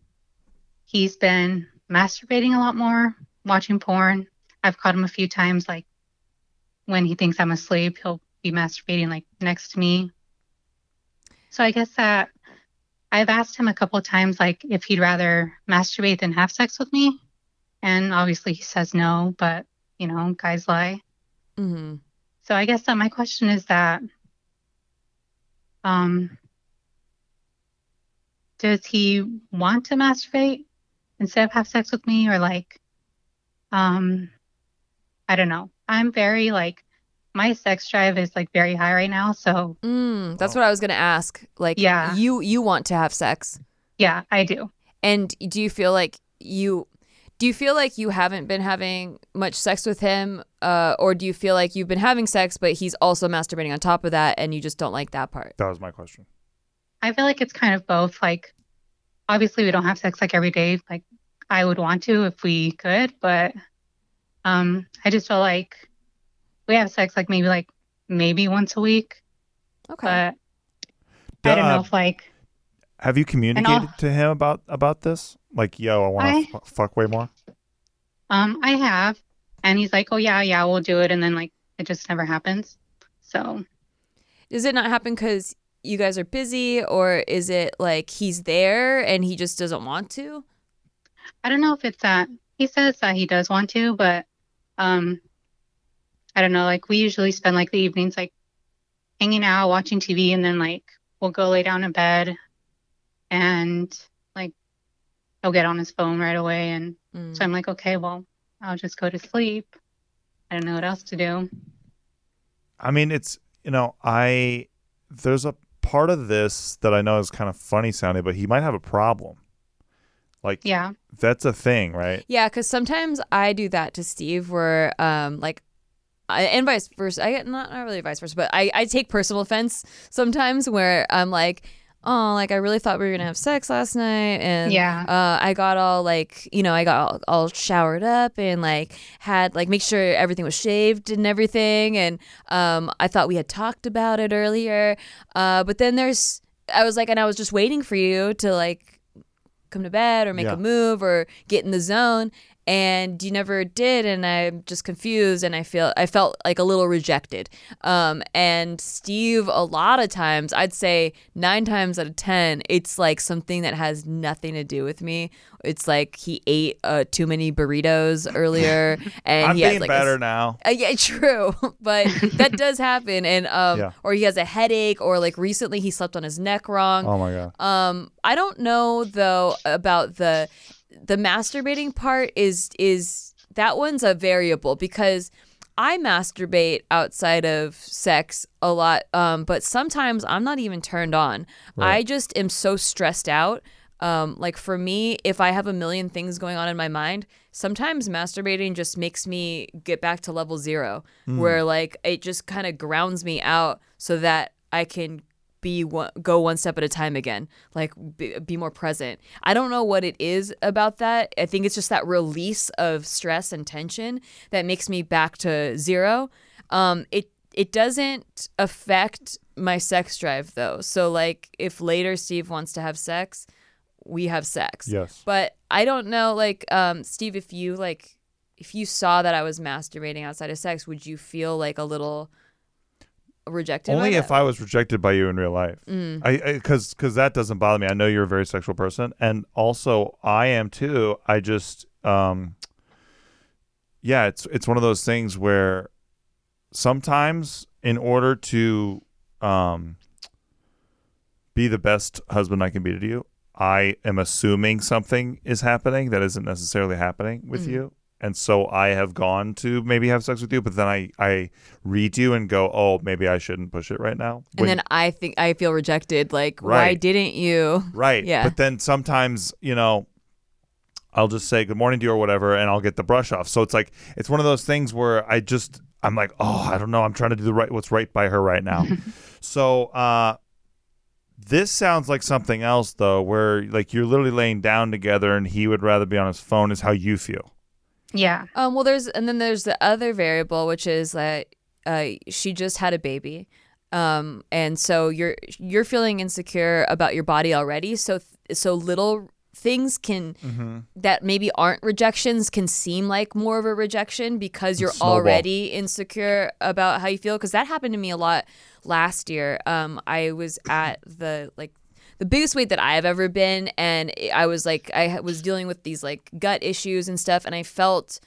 he's been masturbating a lot more, watching porn. I've caught him a few times like when he thinks I'm asleep, he'll be masturbating like next to me. So I guess that I've asked him a couple times like if he'd rather masturbate than have sex with me. And obviously he says no, but you know, guys lie. Mm-hmm. So I guess that my question is that um does he want to masturbate instead of have sex with me or like um I don't know. I'm very like my sex drive is like very high right now, so Mm, that's what I was gonna ask. Like, Yeah. you you want to have sex, yeah, I do. and do you feel like you do you feel like you haven't been having much sex with him, uh, or do you feel like you've been having sex, but he's also masturbating on top of that, and you just don't like that part? That was my question. I feel like it's kind of both. Like, obviously, we don't have sex like every day. Like, I would want to if we could, but um, I just feel like we have sex like maybe like maybe once a week. Okay. Uh, But I don't know Duh. if like Have you communicated I'll- to him about about this? Like, yo, I want to I- f- fuck way more. um I have, and he's like, oh yeah, yeah, we'll do it, and then like it just never happens. So Does it not happen because you guys are busy, or is it like he's there and he just doesn't want to? I don't know if it's that he says that he does want to, but um, I don't know. Like we usually spend like the evenings like hanging out, watching TV, and then like we'll go lay down in bed, and like he'll get on his phone right away, and Mm. so I'm like, okay, well, I'll just go to sleep. I don't know what else to do. I mean, it's you know, I there's a part of this that I know is kind of funny sounding, but he might have a problem. Like, Yeah, that's a thing, right? Yeah, because sometimes I do that to Steve, where um, like, I, and vice versa. I get not not really vice versa, but I I take personal offense sometimes where I'm like. Oh, like I really thought we were gonna have sex last night, and Yeah. uh, I got all like you know I got all, all showered up and like had like make sure everything was shaved and everything, and um, I thought we had talked about it earlier, uh, but then there's I was like, and I was just waiting for you to like come to bed or make Yeah. a move or get in the zone and you never did and i'm just confused and i feel i felt like a little rejected um, and steve a lot of times i'd say nine times out of ten it's like something that has nothing to do with me it's like he ate uh, too many burritos earlier and I'm he has, being like, a better now. uh, yeah, true, but that does happen, and um, Yeah. or he has a headache, or like recently he slept on his neck wrong. Oh my god. Um, I don't know though about the the masturbating part is is that one's a variable because I masturbate outside of sex a lot, um, but sometimes I'm not even turned on. I just am so stressed out. Um, like for me, if I have a million things going on in my mind, sometimes masturbating just makes me get back to level zero, where like it just kind of grounds me out so that I can be one, go one step at a time again like be, be more present i don't know what it is about that i think it's just that release of stress and tension that makes me back to zero um it it doesn't affect my sex drive though so like if later steve wants to have sex we have sex Yes. but i don't know like um steve if you like if you saw that i was masturbating outside of sex would you feel like a little rejected Only if I was rejected by you in real life. Mm. I because because that doesn't bother me. I know you're a very sexual person, and also I am too. I just um, yeah, it's it's one of those things where sometimes in order to um be the best husband I can be to you, I am assuming something is happening that isn't necessarily happening with Mm. you. And so I have gone to maybe have sex with you, but then I, I read you and go, oh, maybe I shouldn't push it right now. When- and then I think I feel rejected. Like, why Right. didn't you? Right. Yeah. But then sometimes, you know, I'll just say good morning to you or whatever, and I'll get the brush off. So it's like it's one of those things where I just I'm like, oh, I don't know. I'm trying to do the right what's right by her right now. so uh this sounds like something else though, where like you're literally laying down together and he would rather be on his phone is how you feel. Yeah. Um, well, there's and then there's the other variable, which is that uh, she just had a baby, um, and so you're you're feeling insecure about your body already. So th- so little things can that maybe aren't rejections can seem like more of a rejection because you're Snowball. already insecure about how you feel. Because that happened to me a lot last year. Um, I was at the like the biggest weight that I've ever been, and I was like, I ha- was dealing with these like gut issues and stuff, and I felt.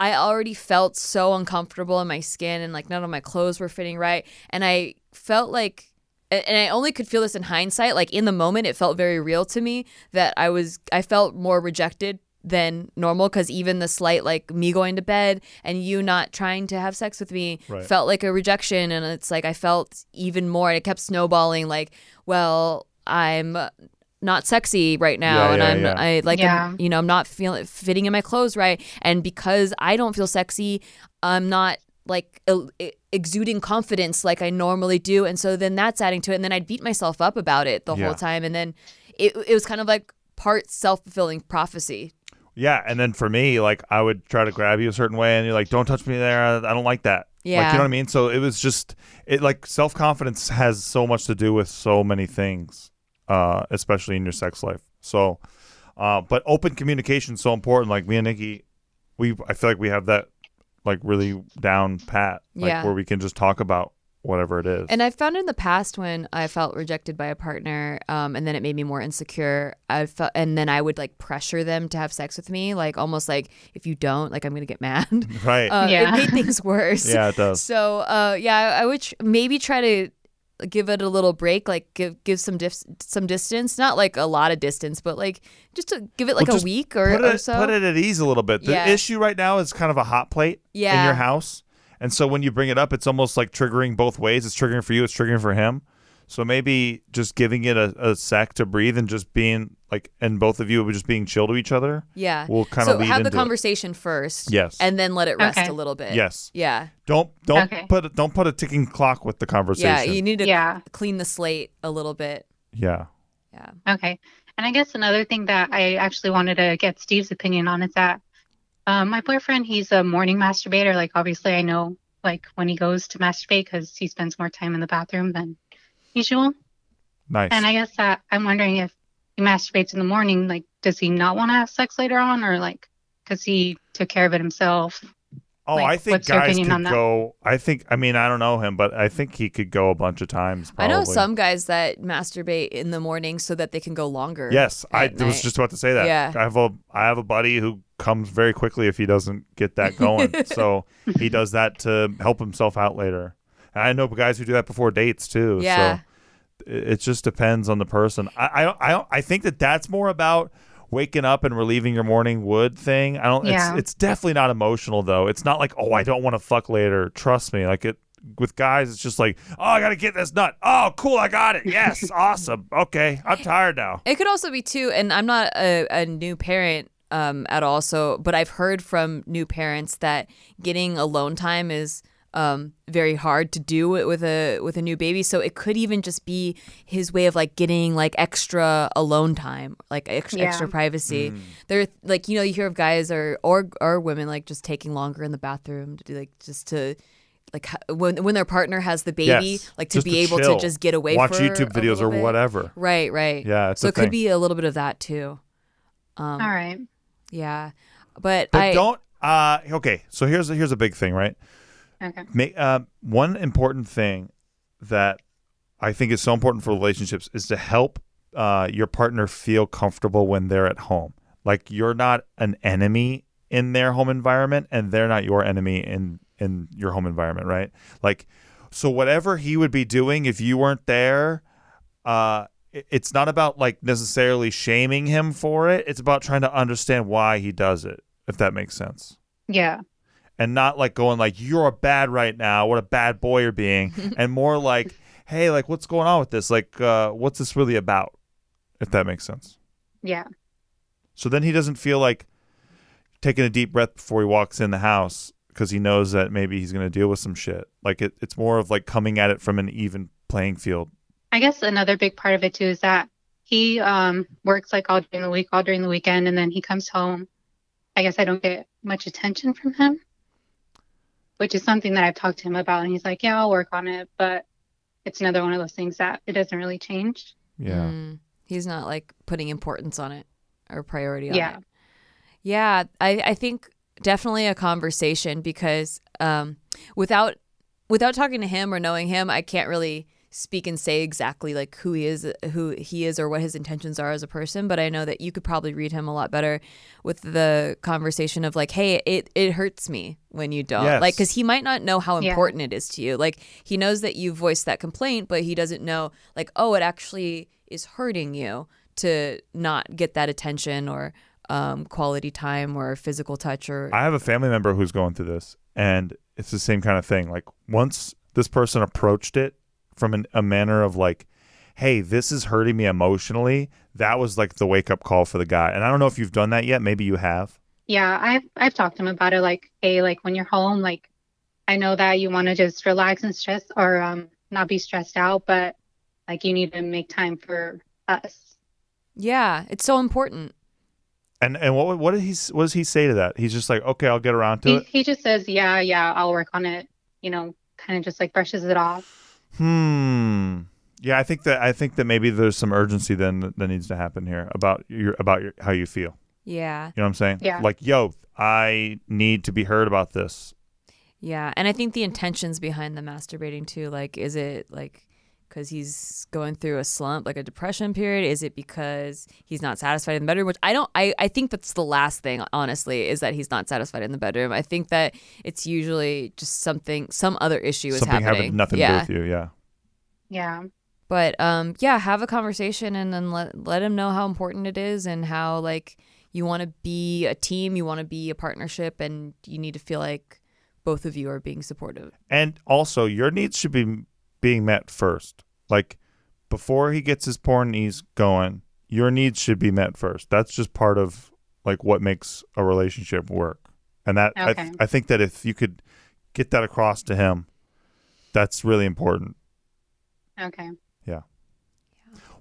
I already felt so uncomfortable in my skin and like none of my clothes were fitting right. And I felt like, and and I only could feel this in hindsight, like in the moment, it felt very real to me that I was, I felt more rejected than normal because even the slight, like me going to bed and you not trying to have sex with me Right. felt like a rejection. And it's like I felt even more, and it kept snowballing, like, well, I'm not sexy right now Yeah, and yeah, I'm, yeah. I like, I'm- Yeah. you know, I'm not feeling fitting in my clothes right, and because I don't feel sexy, I'm not like el- e- exuding confidence like I normally do, and so then that's adding to it, and then I'd beat myself up about it the Yeah. whole time, and then it it was kind of like part self fulfilling prophecy. Yeah. And then for me, like I would try to grab you a certain way and you're like, Don't touch me there. I I don't like that. Like Yeah. you know what I mean? So it was just it like self confidence has so much to do with so many things, uh, especially in your sex life. So uh but open communication is so important. Like me and Nikki, we I feel like we have that like really down pat. Like Yeah. where we can just talk about whatever it is. And I've found in the past when I felt rejected by a partner, um, and then it made me more insecure. I felt, and then I would like pressure them to have sex with me, like almost like if you don't, like I'm gonna get mad. right. Uh, Yeah. It made things worse. yeah, it does. So, uh, yeah, I, I would tr- maybe try to give it a little break, like give give some dif- some distance, not like a lot of distance, but like just to give it like Well, a just week or, put or it, so. Put it at ease a little bit. The Yeah. issue right now is kind of a hot plate in Yeah. your house. And so when you bring it up, it's almost like triggering both ways. It's triggering for you, it's triggering for him. So maybe just giving it a, a sec to breathe and just being like, and both of you just being chill to each other. yeah. Will kind Uh, so of lead have the into it. conversation first. Yes. And then let it rest Okay. a little bit. Yes. Yeah. Don't don't Okay. put don't put a ticking clock with the conversation. Yeah. You need to Yeah. clean the slate a little bit. yeah. Yeah. Okay. And I guess another thing that I actually wanted to get Steve's opinion on is that um, my boyfriend, he's a morning masturbator. Like, obviously, I know like when he goes to masturbate because he spends more time in the bathroom than usual. Nice. And I guess that I'm wondering if he masturbates in the morning, like, does he not want to have sex later on, or like, because he took care of it himself? Oh, Like, I think what's your guys opinion on could that? go. I think. I mean, I don't know him, but I think he could go a bunch of times. Probably. I know some guys that masturbate in the morning so that they can go longer. Yes, I at was night. just about to say that. Yeah. I have a I have a buddy who comes very quickly if he doesn't get that going. so he does that to help himself out later. And I know guys who do that before dates too. Yeah. So it it just depends on the person. I I I, I think that that's more about waking up and relieving your morning wood thing. I don't Yeah. it's it's definitely not emotional though. It's not like, "Oh, I don't want to fuck later." Trust me. Like it with guys, it's just like, oh, I gotta get this nut. Oh, cool, I got it. Yes, awesome. Okay, I'm tired now. It could also be too, and I'm not a, a new parent um, at all. So, but I've heard from new parents that getting alone time is um, very hard to do it with a with a new baby. So it could even just be his way of like getting like extra alone time, like ex- Yeah. extra Mm. privacy. They're like you know you hear of guys or or or women like just taking longer in the bathroom to do like just to. Like h- when when their partner has the baby, Yes. like to Just be able chill. to just get away, watch for YouTube a videos or little bit. whatever. Right, right. Yeah, it's a So it could thing. be a little bit of that too. Um, All right. Yeah, but, But I don't. Uh, okay, so here's here's a big thing, right? Okay. Make uh, one important thing that I think is so important for relationships is to help uh, your partner feel comfortable when they're at home. Like you're not an enemy in their home environment, and they're not your enemy in in your home environment, right? Like, so whatever he would be doing if you weren't there, uh, it- it's not about like necessarily shaming him for it. It's about trying to understand why he does it, if that makes sense Yeah. and not like going like you're a bad right now what a bad boy you're being and more like hey like what's going on with this like uh, what's this really about if that makes sense Yeah. so then he doesn't feel like taking a deep breath before he walks in the house because he knows that maybe he's going to deal with some shit like it, it's more of like coming at it from an even playing field I guess another big part of it too is that he um, works like all during the week, all during the weekend, and then he comes home. I guess I don't get much attention from him, which is something that I've talked to him about, and he's like, "Yeah, I'll work on it," but it's another one of those things that it doesn't really change. yeah Mm, he's not like putting importance on it or priority on Yeah. it. Yeah, I I think definitely a conversation because um, without without talking to him or knowing him, I can't really speak and say exactly like who he is who he is or what his intentions are as a person but i know that you could probably read him a lot better with the conversation of like hey it, it hurts me when you don't Yes. like because he might not know how Yeah. important it is to you like he knows that you voiced that complaint but he doesn't know like oh it actually is hurting you to not get that attention or um, quality time or physical touch or I have a family member who's going through this, and it's the same kind of thing. Like once this person approached it from an, a manner of like, "Hey, this is hurting me emotionally," that was like the wake up call for the guy. And I don't know if you've done that yet. Maybe you have. Yeah, I've I've talked to him about it. Like, hey, like when you're home, like I know that you want to just relax and stress or um, not be stressed out, but like you need to make time for us. yeah it's so important And and what what did he s- what does he say to that? He's just like, "Okay, I'll get around to he, it." he just says, yeah, yeah, I'll work on it. You know, kind of just like brushes it off. Hmm. Yeah, I think that I think that maybe there's some urgency then that that needs to happen here about your about your how you feel. yeah You know what I'm saying? Yeah. Like, yo, I need to be heard about this. Yeah, and I think the intentions behind the masturbating too, like is it like because he's going through a slump, like a depression period? Is it because he's not satisfied in the bedroom? Which I don't. I I think that's the last thing, honestly, is that he's not satisfied in the bedroom. I think that it's usually just something, some other issue is Something happening. having nothing yeah. to do with you. Yeah. Yeah. But um, yeah, have a conversation and then let let him know how important it is and how like you want to be a team, you want to be a partnership, and you need to feel like both of you are being supportive. And also, your needs should be being met first. Like before he gets his porn needs going, your needs should be met first. That's just part of like what makes a relationship work. And that I, Okay. I think that if you could get that across to him, that's really important. Okay.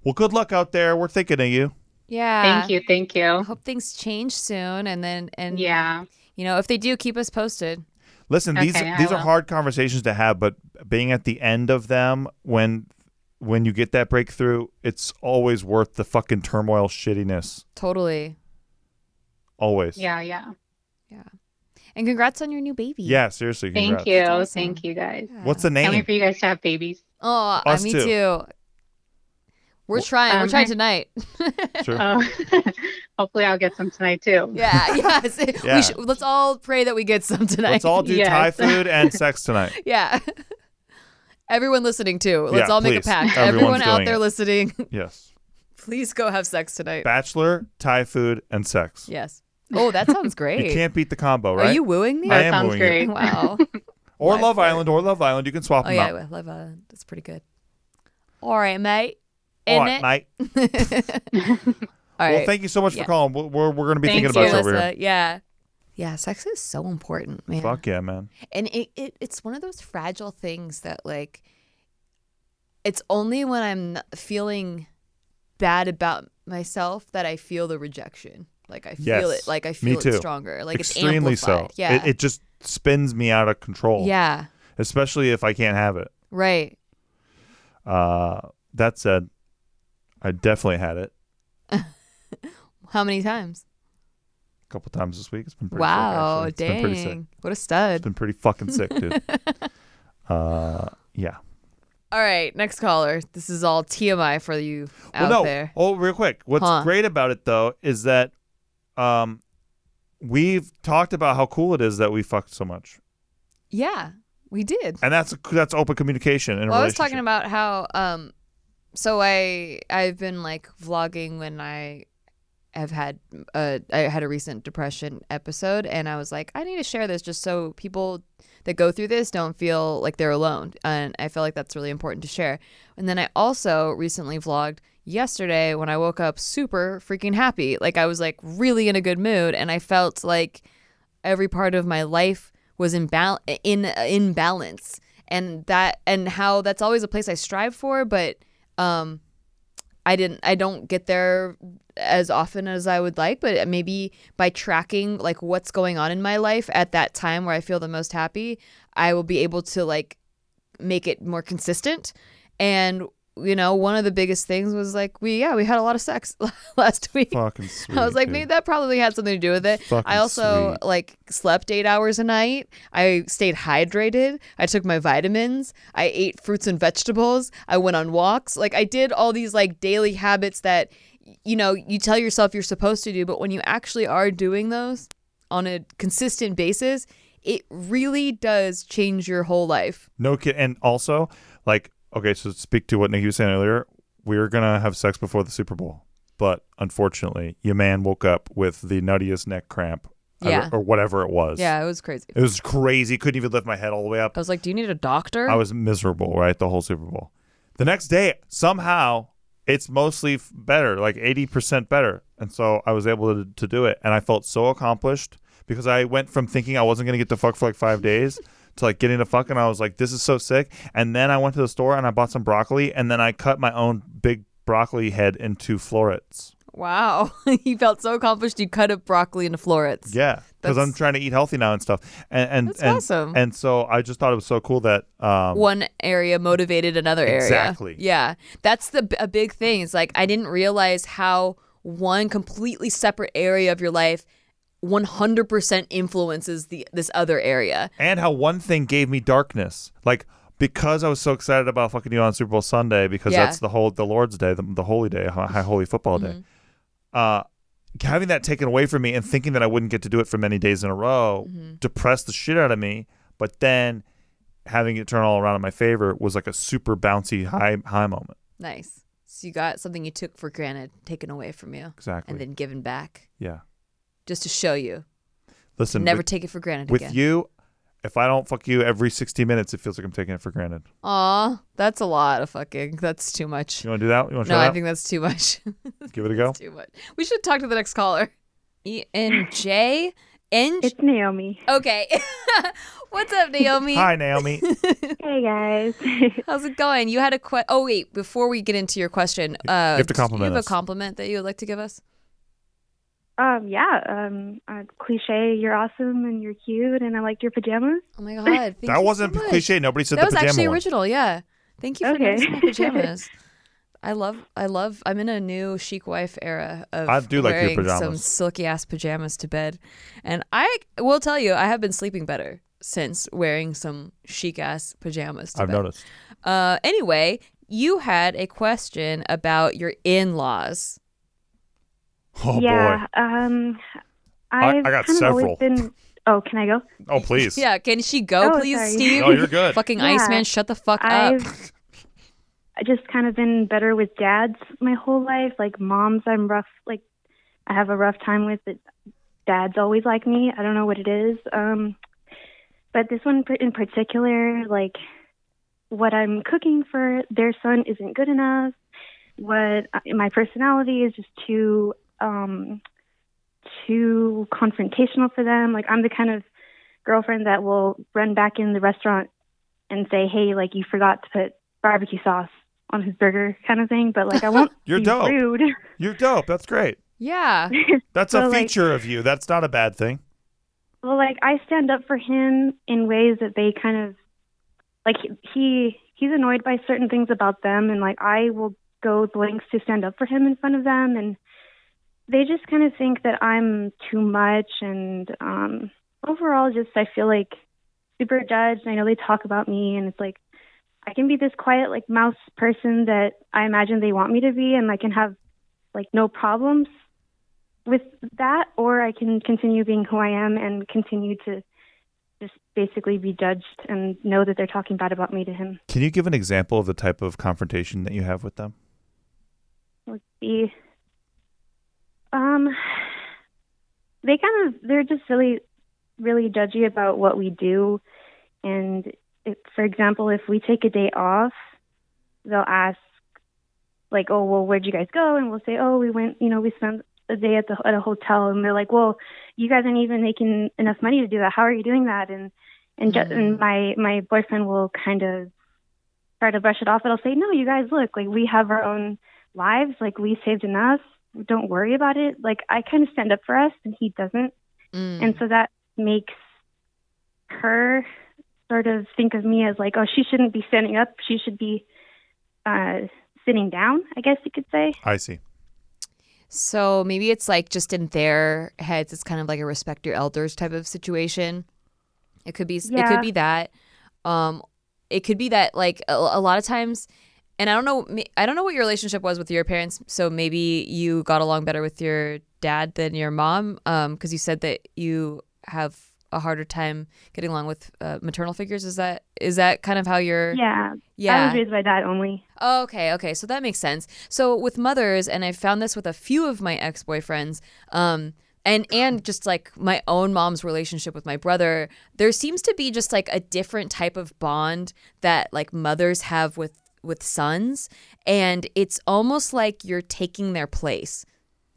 Well, good luck out there. We're thinking of you. Yeah. Thank you. Thank I you. hope things change soon, and then and Yeah. you know if they do, keep us posted. Listen, these Okay, I these are will. hard conversations to have, but being at the end of them when when you get that breakthrough, it's always worth the fucking turmoil shittiness. Totally. Always. Yeah, yeah. Yeah. And congrats on your new baby. Yeah, seriously. Thank congrats. you. That's awesome. Thank you guys. Yeah. What's the Can't name? wait for you guys to have babies. Oh, Us me too. too. We're trying. We're Um, trying I- tonight. Sure. Oh, hopefully I'll get some tonight too. yeah. Yes. Yeah. We should, let's all pray that we get some tonight. Let's all do Yes. Thai food and sex tonight. Yeah. Everyone listening too. Let's Yeah, all make please. a pact. Everyone's Everyone out doing there it. listening, Yes. please go have sex tonight. Bachelor, Thai food, and sex. Yes. Oh, that sounds great. You can't beat the combo, Are right? you wooing me? I That am sounds wooing you. great. Wow. or Live Love for it. Island, or Love Island. You can swap Oh them yeah, out. I love Island. That's pretty good. All right, mate. All In right, it. mate. All right. Well, thank you so much Yeah. for calling. We're, we're, we're going to be Thank thinking about you, you over here. Melissa. uh, Yeah. Yeah, sex is so important, man. Fuck yeah, man. And it, it it's one of those fragile things that like it's only when I'm n- feeling bad about myself that I feel the rejection. Like I feel Yes. it. Like I Me feel too. it stronger. Like Extremely it's so. amplified. Yeah. It, it just spins me out of control. yeah. Especially if I can't have it. Right. Uh, that said, I definitely had it How many times? a couple times this week. It's been pretty wow, sick. actually. It's dang. been pretty sick. What a It's stud. been pretty fucking sick, dude. uh, yeah. All right, next caller. This is all TMI for you out well, no. there. Oh, real quick. What's Huh. great about it though is that um we've talked about how cool it is that we fucked so much. Yeah, we did. And that's that's open communication in a Well, I was relationship. talking about how um so I I've been like vlogging when I have had uh I had a recent depression episode and I was like I need to share this just so people that go through this don't feel like they're alone and I feel like that's really important to share. And then I also recently vlogged yesterday when I woke up super freaking happy. Like I was like really in a good mood and I felt like every part of my life was in bal- in in balance and that and how that's always a place I strive for but um I didn't I don't get there as often as I would like but maybe by tracking like what's going on in my life at that time where I feel the most happy I will be able to like make it more consistent and you know one of the biggest things was like we yeah we had a lot of sex last week fucking sweet. I was like, dude. maybe that probably had something to do with it. Fucking I also sweet. like slept eight hours a night. I stayed hydrated. I took my vitamins. I ate fruits and vegetables. I went on walks. Like I did all these like daily habits that y- you know you tell yourself you're supposed to do, but when you actually are doing those on a consistent basis, it really does change your whole life. No kid. And also, like, okay, so speak to what Nikki was saying earlier. We are gonna have sex before the Super Bowl, but unfortunately, your man woke up with the nuttiest neck cramp, I- Yeah. or whatever it was. Yeah, it was crazy. it was crazy. Couldn't even lift my head all the way up. I was like, do you need a doctor? I was miserable, right? The whole Super Bowl. The next day, somehow, it's mostly f- better, like 80% better. And so I was able to, to do it. And I felt so accomplished because I went from thinking I wasn't going to get to fuck for like five days to like getting to fuck. And I was like, this is so sick. And then I went to the store and I bought some broccoli. And then I cut my own big broccoli head into florets. wow, you felt so accomplished. You cut up broccoli into florets. Yeah, because I'm That's- trying to eat healthy now and stuff. And and That's and, awesome. and so I just thought it was so cool that um, one area motivated another area. Exactly. Yeah. That's the a big thing. It's like I didn't realize how one completely separate area of your life 100% influences the this other area. and how one thing gave me darkness. Like because I was so excited about fucking you on Super Bowl Sunday because Yeah. Mm-hmm. that's the whole the Lord's day, the, the holy day, hi- high holy football day. Uh having that taken away from me and thinking that I wouldn't get to do it for many days in a row Mm-hmm. depressed the shit out of me, but then having it turn all around in my favor was like a super bouncy high high moment. Nice. So you got something you took for granted taken away from you Exactly. and then given back yeah. just to show you Listen, never with, take it for granted with again. you if I don't fuck you every 60 minutes, it feels like I'm taking it for granted. Aw, that's a lot of fucking. That's too much. You want to do that? You want to No, try I that? think that's too much. Give it a go. too much. We should talk to the next caller. E N J N It's Naomi. Okay. What's up, Naomi? Hi, Naomi. Hey guys. How's it going? You had a que- Oh wait, before we get into your question, uh, have to do compliment You have us. a compliment that you would like to give us. um, yeah. Um, uh, cliche. You're awesome and you're cute and I liked your pajamas. Oh my god, thank you that so wasn't much. cliche. Nobody said That the was pajama actually one. original. Yeah. Thank you for Okay. noticing my pajamas. I love, I love. I'm in a new chic wife era of I do like your wearing some pajamas. silky ass pajamas to bed, and I will tell you, I have been sleeping better since wearing some chic ass pajamas. To I've bed. noticed. Uh, anyway, you had a question about your in-laws. Oh yeah. Um, I- I've I got kind of always several. Been, oh, can I go? boy. Oh please. Yeah, can she go, Oh, please, sorry. Steve? No, you're good. Fucking Yeah. Iceman, shut the fuck up. I've I just kind of been better with dads my whole life. Like moms, I'm rough. Like I have a rough time with it. Dads always like me. I don't know what it is. Um, but this one in particular, like what I'm cooking for their son isn't good enough. What uh, my personality is just too um, too confrontational for them. Like I'm the kind of girlfriend that will run back in the restaurant and say, "Hey, like you forgot to put barbecue sauce on his burger," kind of thing. But like, I won't You're be dope. rude. You're dope. That's great. Yeah. That's So, a like- feature of you. That's not a bad thing. Well, like I stand up for him in ways that they kind of like he he's annoyed by certain things about them, and like I will go the lengths to stand up for him in front of them, and they just kind of think that I'm too much, and um, overall, just I feel like super judged. I know they talk about me, and it's like I can be this quiet like mouse person that I imagine they want me to be, and I can have like no problems with that, or I can continue being who I am and continue to just basically be judged and know that they're talking bad about me to him. Can you give an example of the type of confrontation that you have with them? Let's see. Um, they kind of they're just really, really judgy about what we do, and if, for example, if we take a day off, they'll ask like, "Oh, well, where'd you guys go?" And we'll say, "Oh, we went, you know, we spent a day at the at a hotel." And they're like, "Well, you guys aren't even making enough money to do that. How are you doing that?" And and, ju- and my my boyfriend will kind of try to brush it off, but I'll say, "No, you guys, look, like we have our own lives. Like we saved enough. Don't worry about it." Like I kind of stand up for us, and he doesn't. Mm. And so that makes her sort of think of me as like, oh, she shouldn't be standing up. She should be uh, sitting down, I guess you could say. I see. So maybe it's like just in their heads, it's kind of like a respect your elders type of situation. It could be it could Yeah. be that. Um, it could be that like a, a lot of times, and I don't know me- I don't know what your relationship was with your parents. So maybe you got along better with your dad than your mom, um, because you said that you have a harder time getting along with uh, maternal figures. Is that is that kind of how you're? Yeah. I yeah. was raised by dad only. Okay, okay. So that makes sense. So with mothers, and I found this with a few of my ex boyfriends, um, and and just like my own mom's relationship with my brother, there seems to be just like a different type of bond that like mothers have with with sons, and it's almost like you're taking their place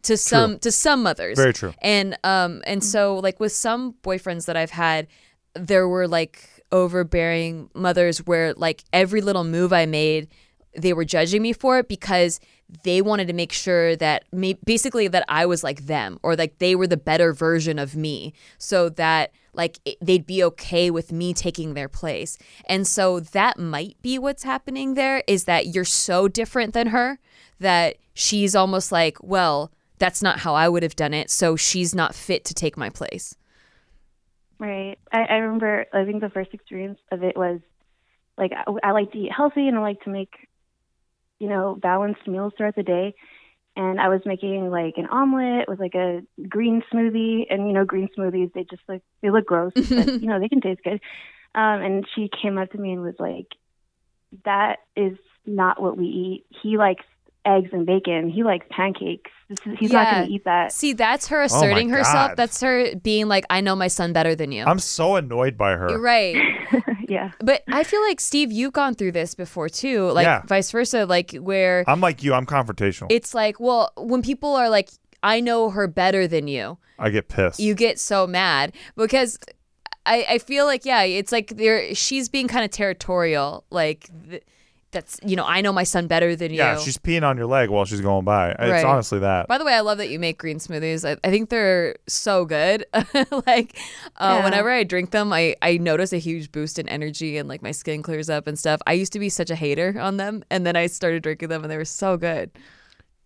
to some to some mothers. Very true. And um and so like with some boyfriends that I've had, there were like overbearing mothers where like every little move I made, they were judging me for it because they wanted to make sure that me basically that I was like them or like they were the better version of me so that like it, they'd be okay with me taking their place. And so that might be what's happening there is that you're so different than her that she's almost like, well, that's not how I would have done it. So she's not fit to take my place. Right. I, I remember, I think the first experience of it was like, I, I like to eat healthy and I like to make, you know, balanced meals throughout the day. And I was making like an omelet with like a green smoothie. And, you know, green smoothies, they just like, they look gross, but, you know, they can taste good. Um, and she came up to me and was like, that is not what we eat. He likes eggs and bacon. He likes pancakes. This is, he's not going to Yeah. eat that. See, that's her asserting herself. Oh God. That's her being like, I know my son better than you. I'm so annoyed by her. You're right. yeah. But I feel like, Steve, you've gone through this before too. Like, Yeah. vice versa. Like, where I'm like you. I'm confrontational. it's like, well, when people are like, I know her better than you, I get pissed. you get so mad because I, I feel like yeah it's like there she's being kind of territorial like th- that's you know I know my son better than Yeah, you. she's peeing on your leg while she's going by. It's Right. honestly that. By the way, I love that you make green smoothies. I, I think they're so good. like, uh, Yeah. whenever I drink them, I, I notice a huge boost in energy and like my skin clears up and stuff. I used to be such a hater on them, and then I started drinking them, and they were so good.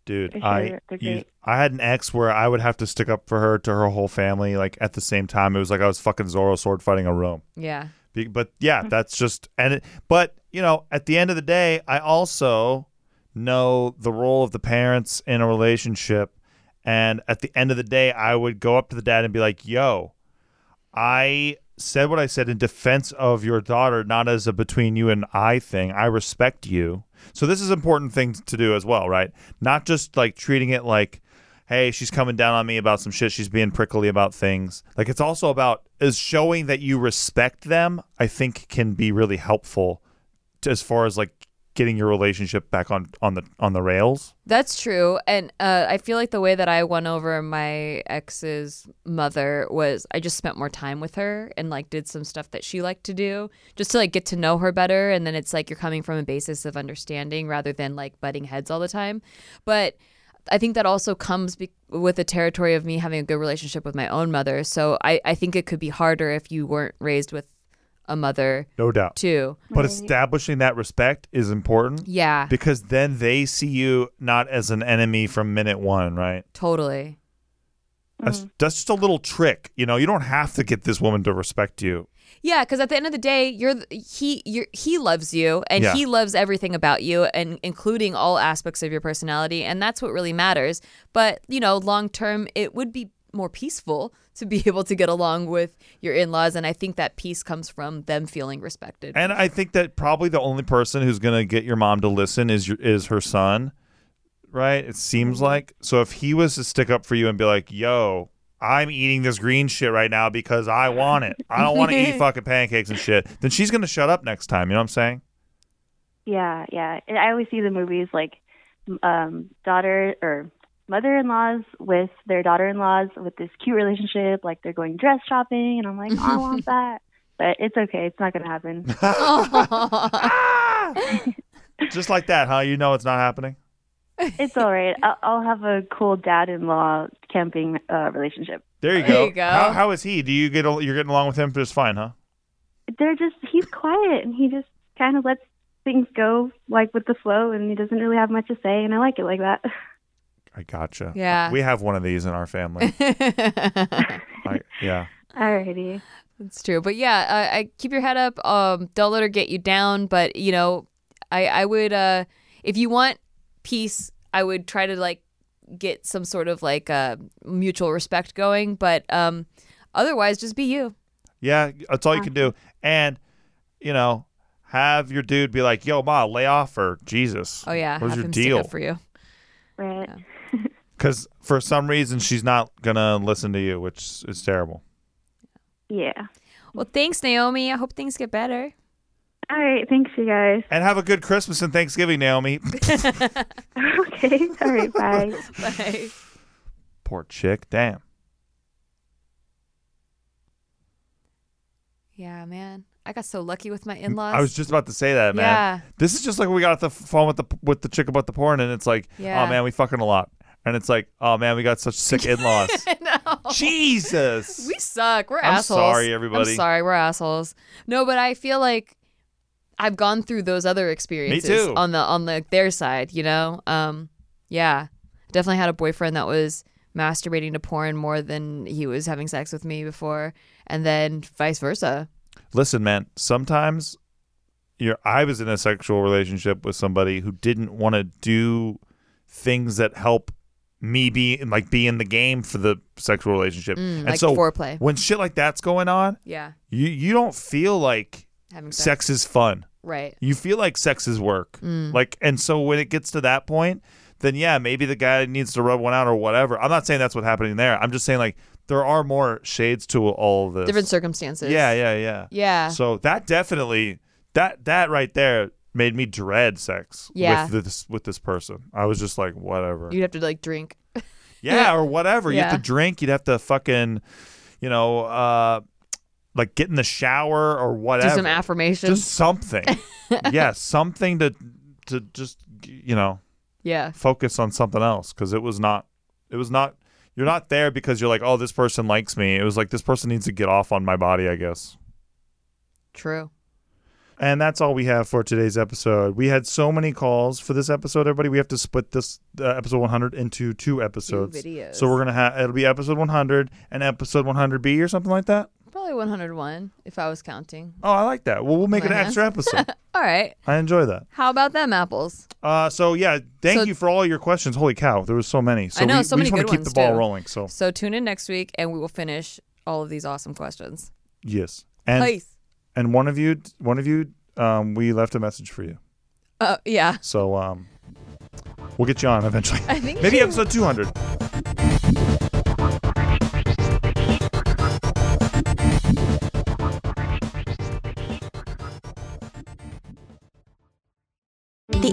Dude, They're I sure- they're used, great. I had an ex where I would have to stick up for her to her whole family like at the same time. It was like I was fucking Zorro sword fighting a room. Yeah, Be- But yeah, that's just and it, but you know, at the end of the day, I also know the role of the parents in a relationship. And at the end of the day, I would go up to the dad and be like, "Yo, I said what I said in defense of your daughter, not as a between you and I thing. I respect you. So this is important thing to do as well, right? Not just like treating it like, hey, she's coming down on me about some shit. She's being prickly about things. Like it's also about is showing that you respect them. I think can be really helpful to, as far as like getting your relationship back on on the on the rails. that's true. And uh, I feel like the way that I won over my ex's mother was I just spent more time with her and like did some stuff that she liked to do just to like get to know her better. And then it's like you're coming from a basis of understanding rather than like butting heads all the time. But I think that also comes be- with the territory of me having a good relationship with my own mother. So I, I think it could be harder if you weren't raised with a mother No doubt. too. But establishing that respect is important. Yeah, Because then they see you not as an enemy from minute one, right? totally. That's, that's just a little trick. You know, you don't have to get this woman to respect you. Yeah, because at the end of the day, you're th- he you're, he loves you, and Yeah. he loves everything about you, and including all aspects of your personality, and that's what really matters. But you know, long term, it would be more peaceful to be able to get along with your in-laws, and I think that peace comes from them feeling respected. And I think that probably the only person who's going to get your mom to listen is your, is her son, right? It seems Mm-hmm. like. So if he was to stick up for you and be like, "Yo, I'm eating this green shit right now because I want it. I don't want to eat fucking pancakes and shit." Then she's going to shut up next time, you know what I'm saying? Yeah, yeah. And I always see the movies like um, daughter or mother-in-laws with their daughter-in-laws with this cute relationship, like they're going dress shopping, and I'm like, "Oh, I want that. But it's okay. It's not gonna happen. Just like that, huh? You know it's not happening. It's all right. I'll, I'll have a cool dad-in-law camping uh, relationship. There you go. There you go. How, how is he? Do you get al- you're getting along with him just fine, huh? They're just—he's quiet, and he just kind of lets things go like with the flow, and he doesn't really have much to say, and I like it like that. I gotcha. Yeah. We have one of these in our family. I, yeah. Alrighty. It's true, but yeah, I, I keep your head up. Um, don't let her get you down. But you know, I I would uh, if you want peace, I would try to like get some sort of like uh, mutual respect going. But um, otherwise, just be you. Yeah. That's all you can do. And, you know, have your dude be like, yo, ma, lay off her. Jesus. Oh yeah, What's have your him deal? stick up for you. Right. Because for some reason, she's not going to listen to you, which is terrible. Yeah. Well, thanks, Naomi. I hope things get better. All right. Thanks, you guys. And have a good Christmas and Thanksgiving, Naomi. Okay. All right. Bye. Bye. Poor chick. Damn. Yeah, man, I got so lucky with my in-laws. I was just about to say that, man. Yeah. This is just like when we got off the phone with the with the chick about the porn, and it's like, Yeah. oh man, we fucking a lot, and it's like, oh man, we got such sick in laws. Jesus. We suck. We're I'm assholes. sorry, everybody. I'm sorry, we're assholes. No, but I feel like I've gone through those other experiences too. on the on the their side, you know? Um yeah. Definitely had a boyfriend that was masturbating to porn more than he was having sex with me before and then vice versa. Listen, man. Sometimes, you're. I was in a sexual relationship with somebody who didn't want to do things that help me be like be in the game for the sexual relationship, Mm, and like so foreplay. when shit like that's going on, Yeah. you you don't feel like Having sex. sex is fun. Right. you feel like sex is work Mm. like and so when it gets to that point then yeah maybe the guy needs to rub one out or whatever i'm not saying that's what's happening there i'm just saying like there are more shades to all of this Different circumstances. yeah yeah yeah Yeah. so that definitely that that right there made me dread sex Yeah. with this with this person i was just like whatever You'd have to like drink. yeah or whatever you have Yeah. to drink you'd have to fucking you know uh like get in the shower or whatever. Do some affirmations. Just something. yeah, something to to just you know yeah. focus on something else because it was not it was not you're not there because you're like oh this person likes me it was like this person needs to get off on my body i guess True. and that's all we have for today's episode we had so many calls for this episode everybody we have to split this uh, episode 100 into two episodes videos. so we're gonna have it'll be episode 100 and episode 100b or something like that Probably 101 if I was counting. oh i like that well we'll make it an Uh-huh. extra episode All right. i enjoy that How about them apples? uh, so yeah thank So- you for all your questions holy cow there was so many so I know we, so we many just wanna good keep ones the ball too. rolling so So tune in next week and we will finish all of these awesome questions. yes and Please. and one of you one of you um, we left a message for you Uh, yeah. so um, we'll get you on eventually I think maybe you- episode 200 The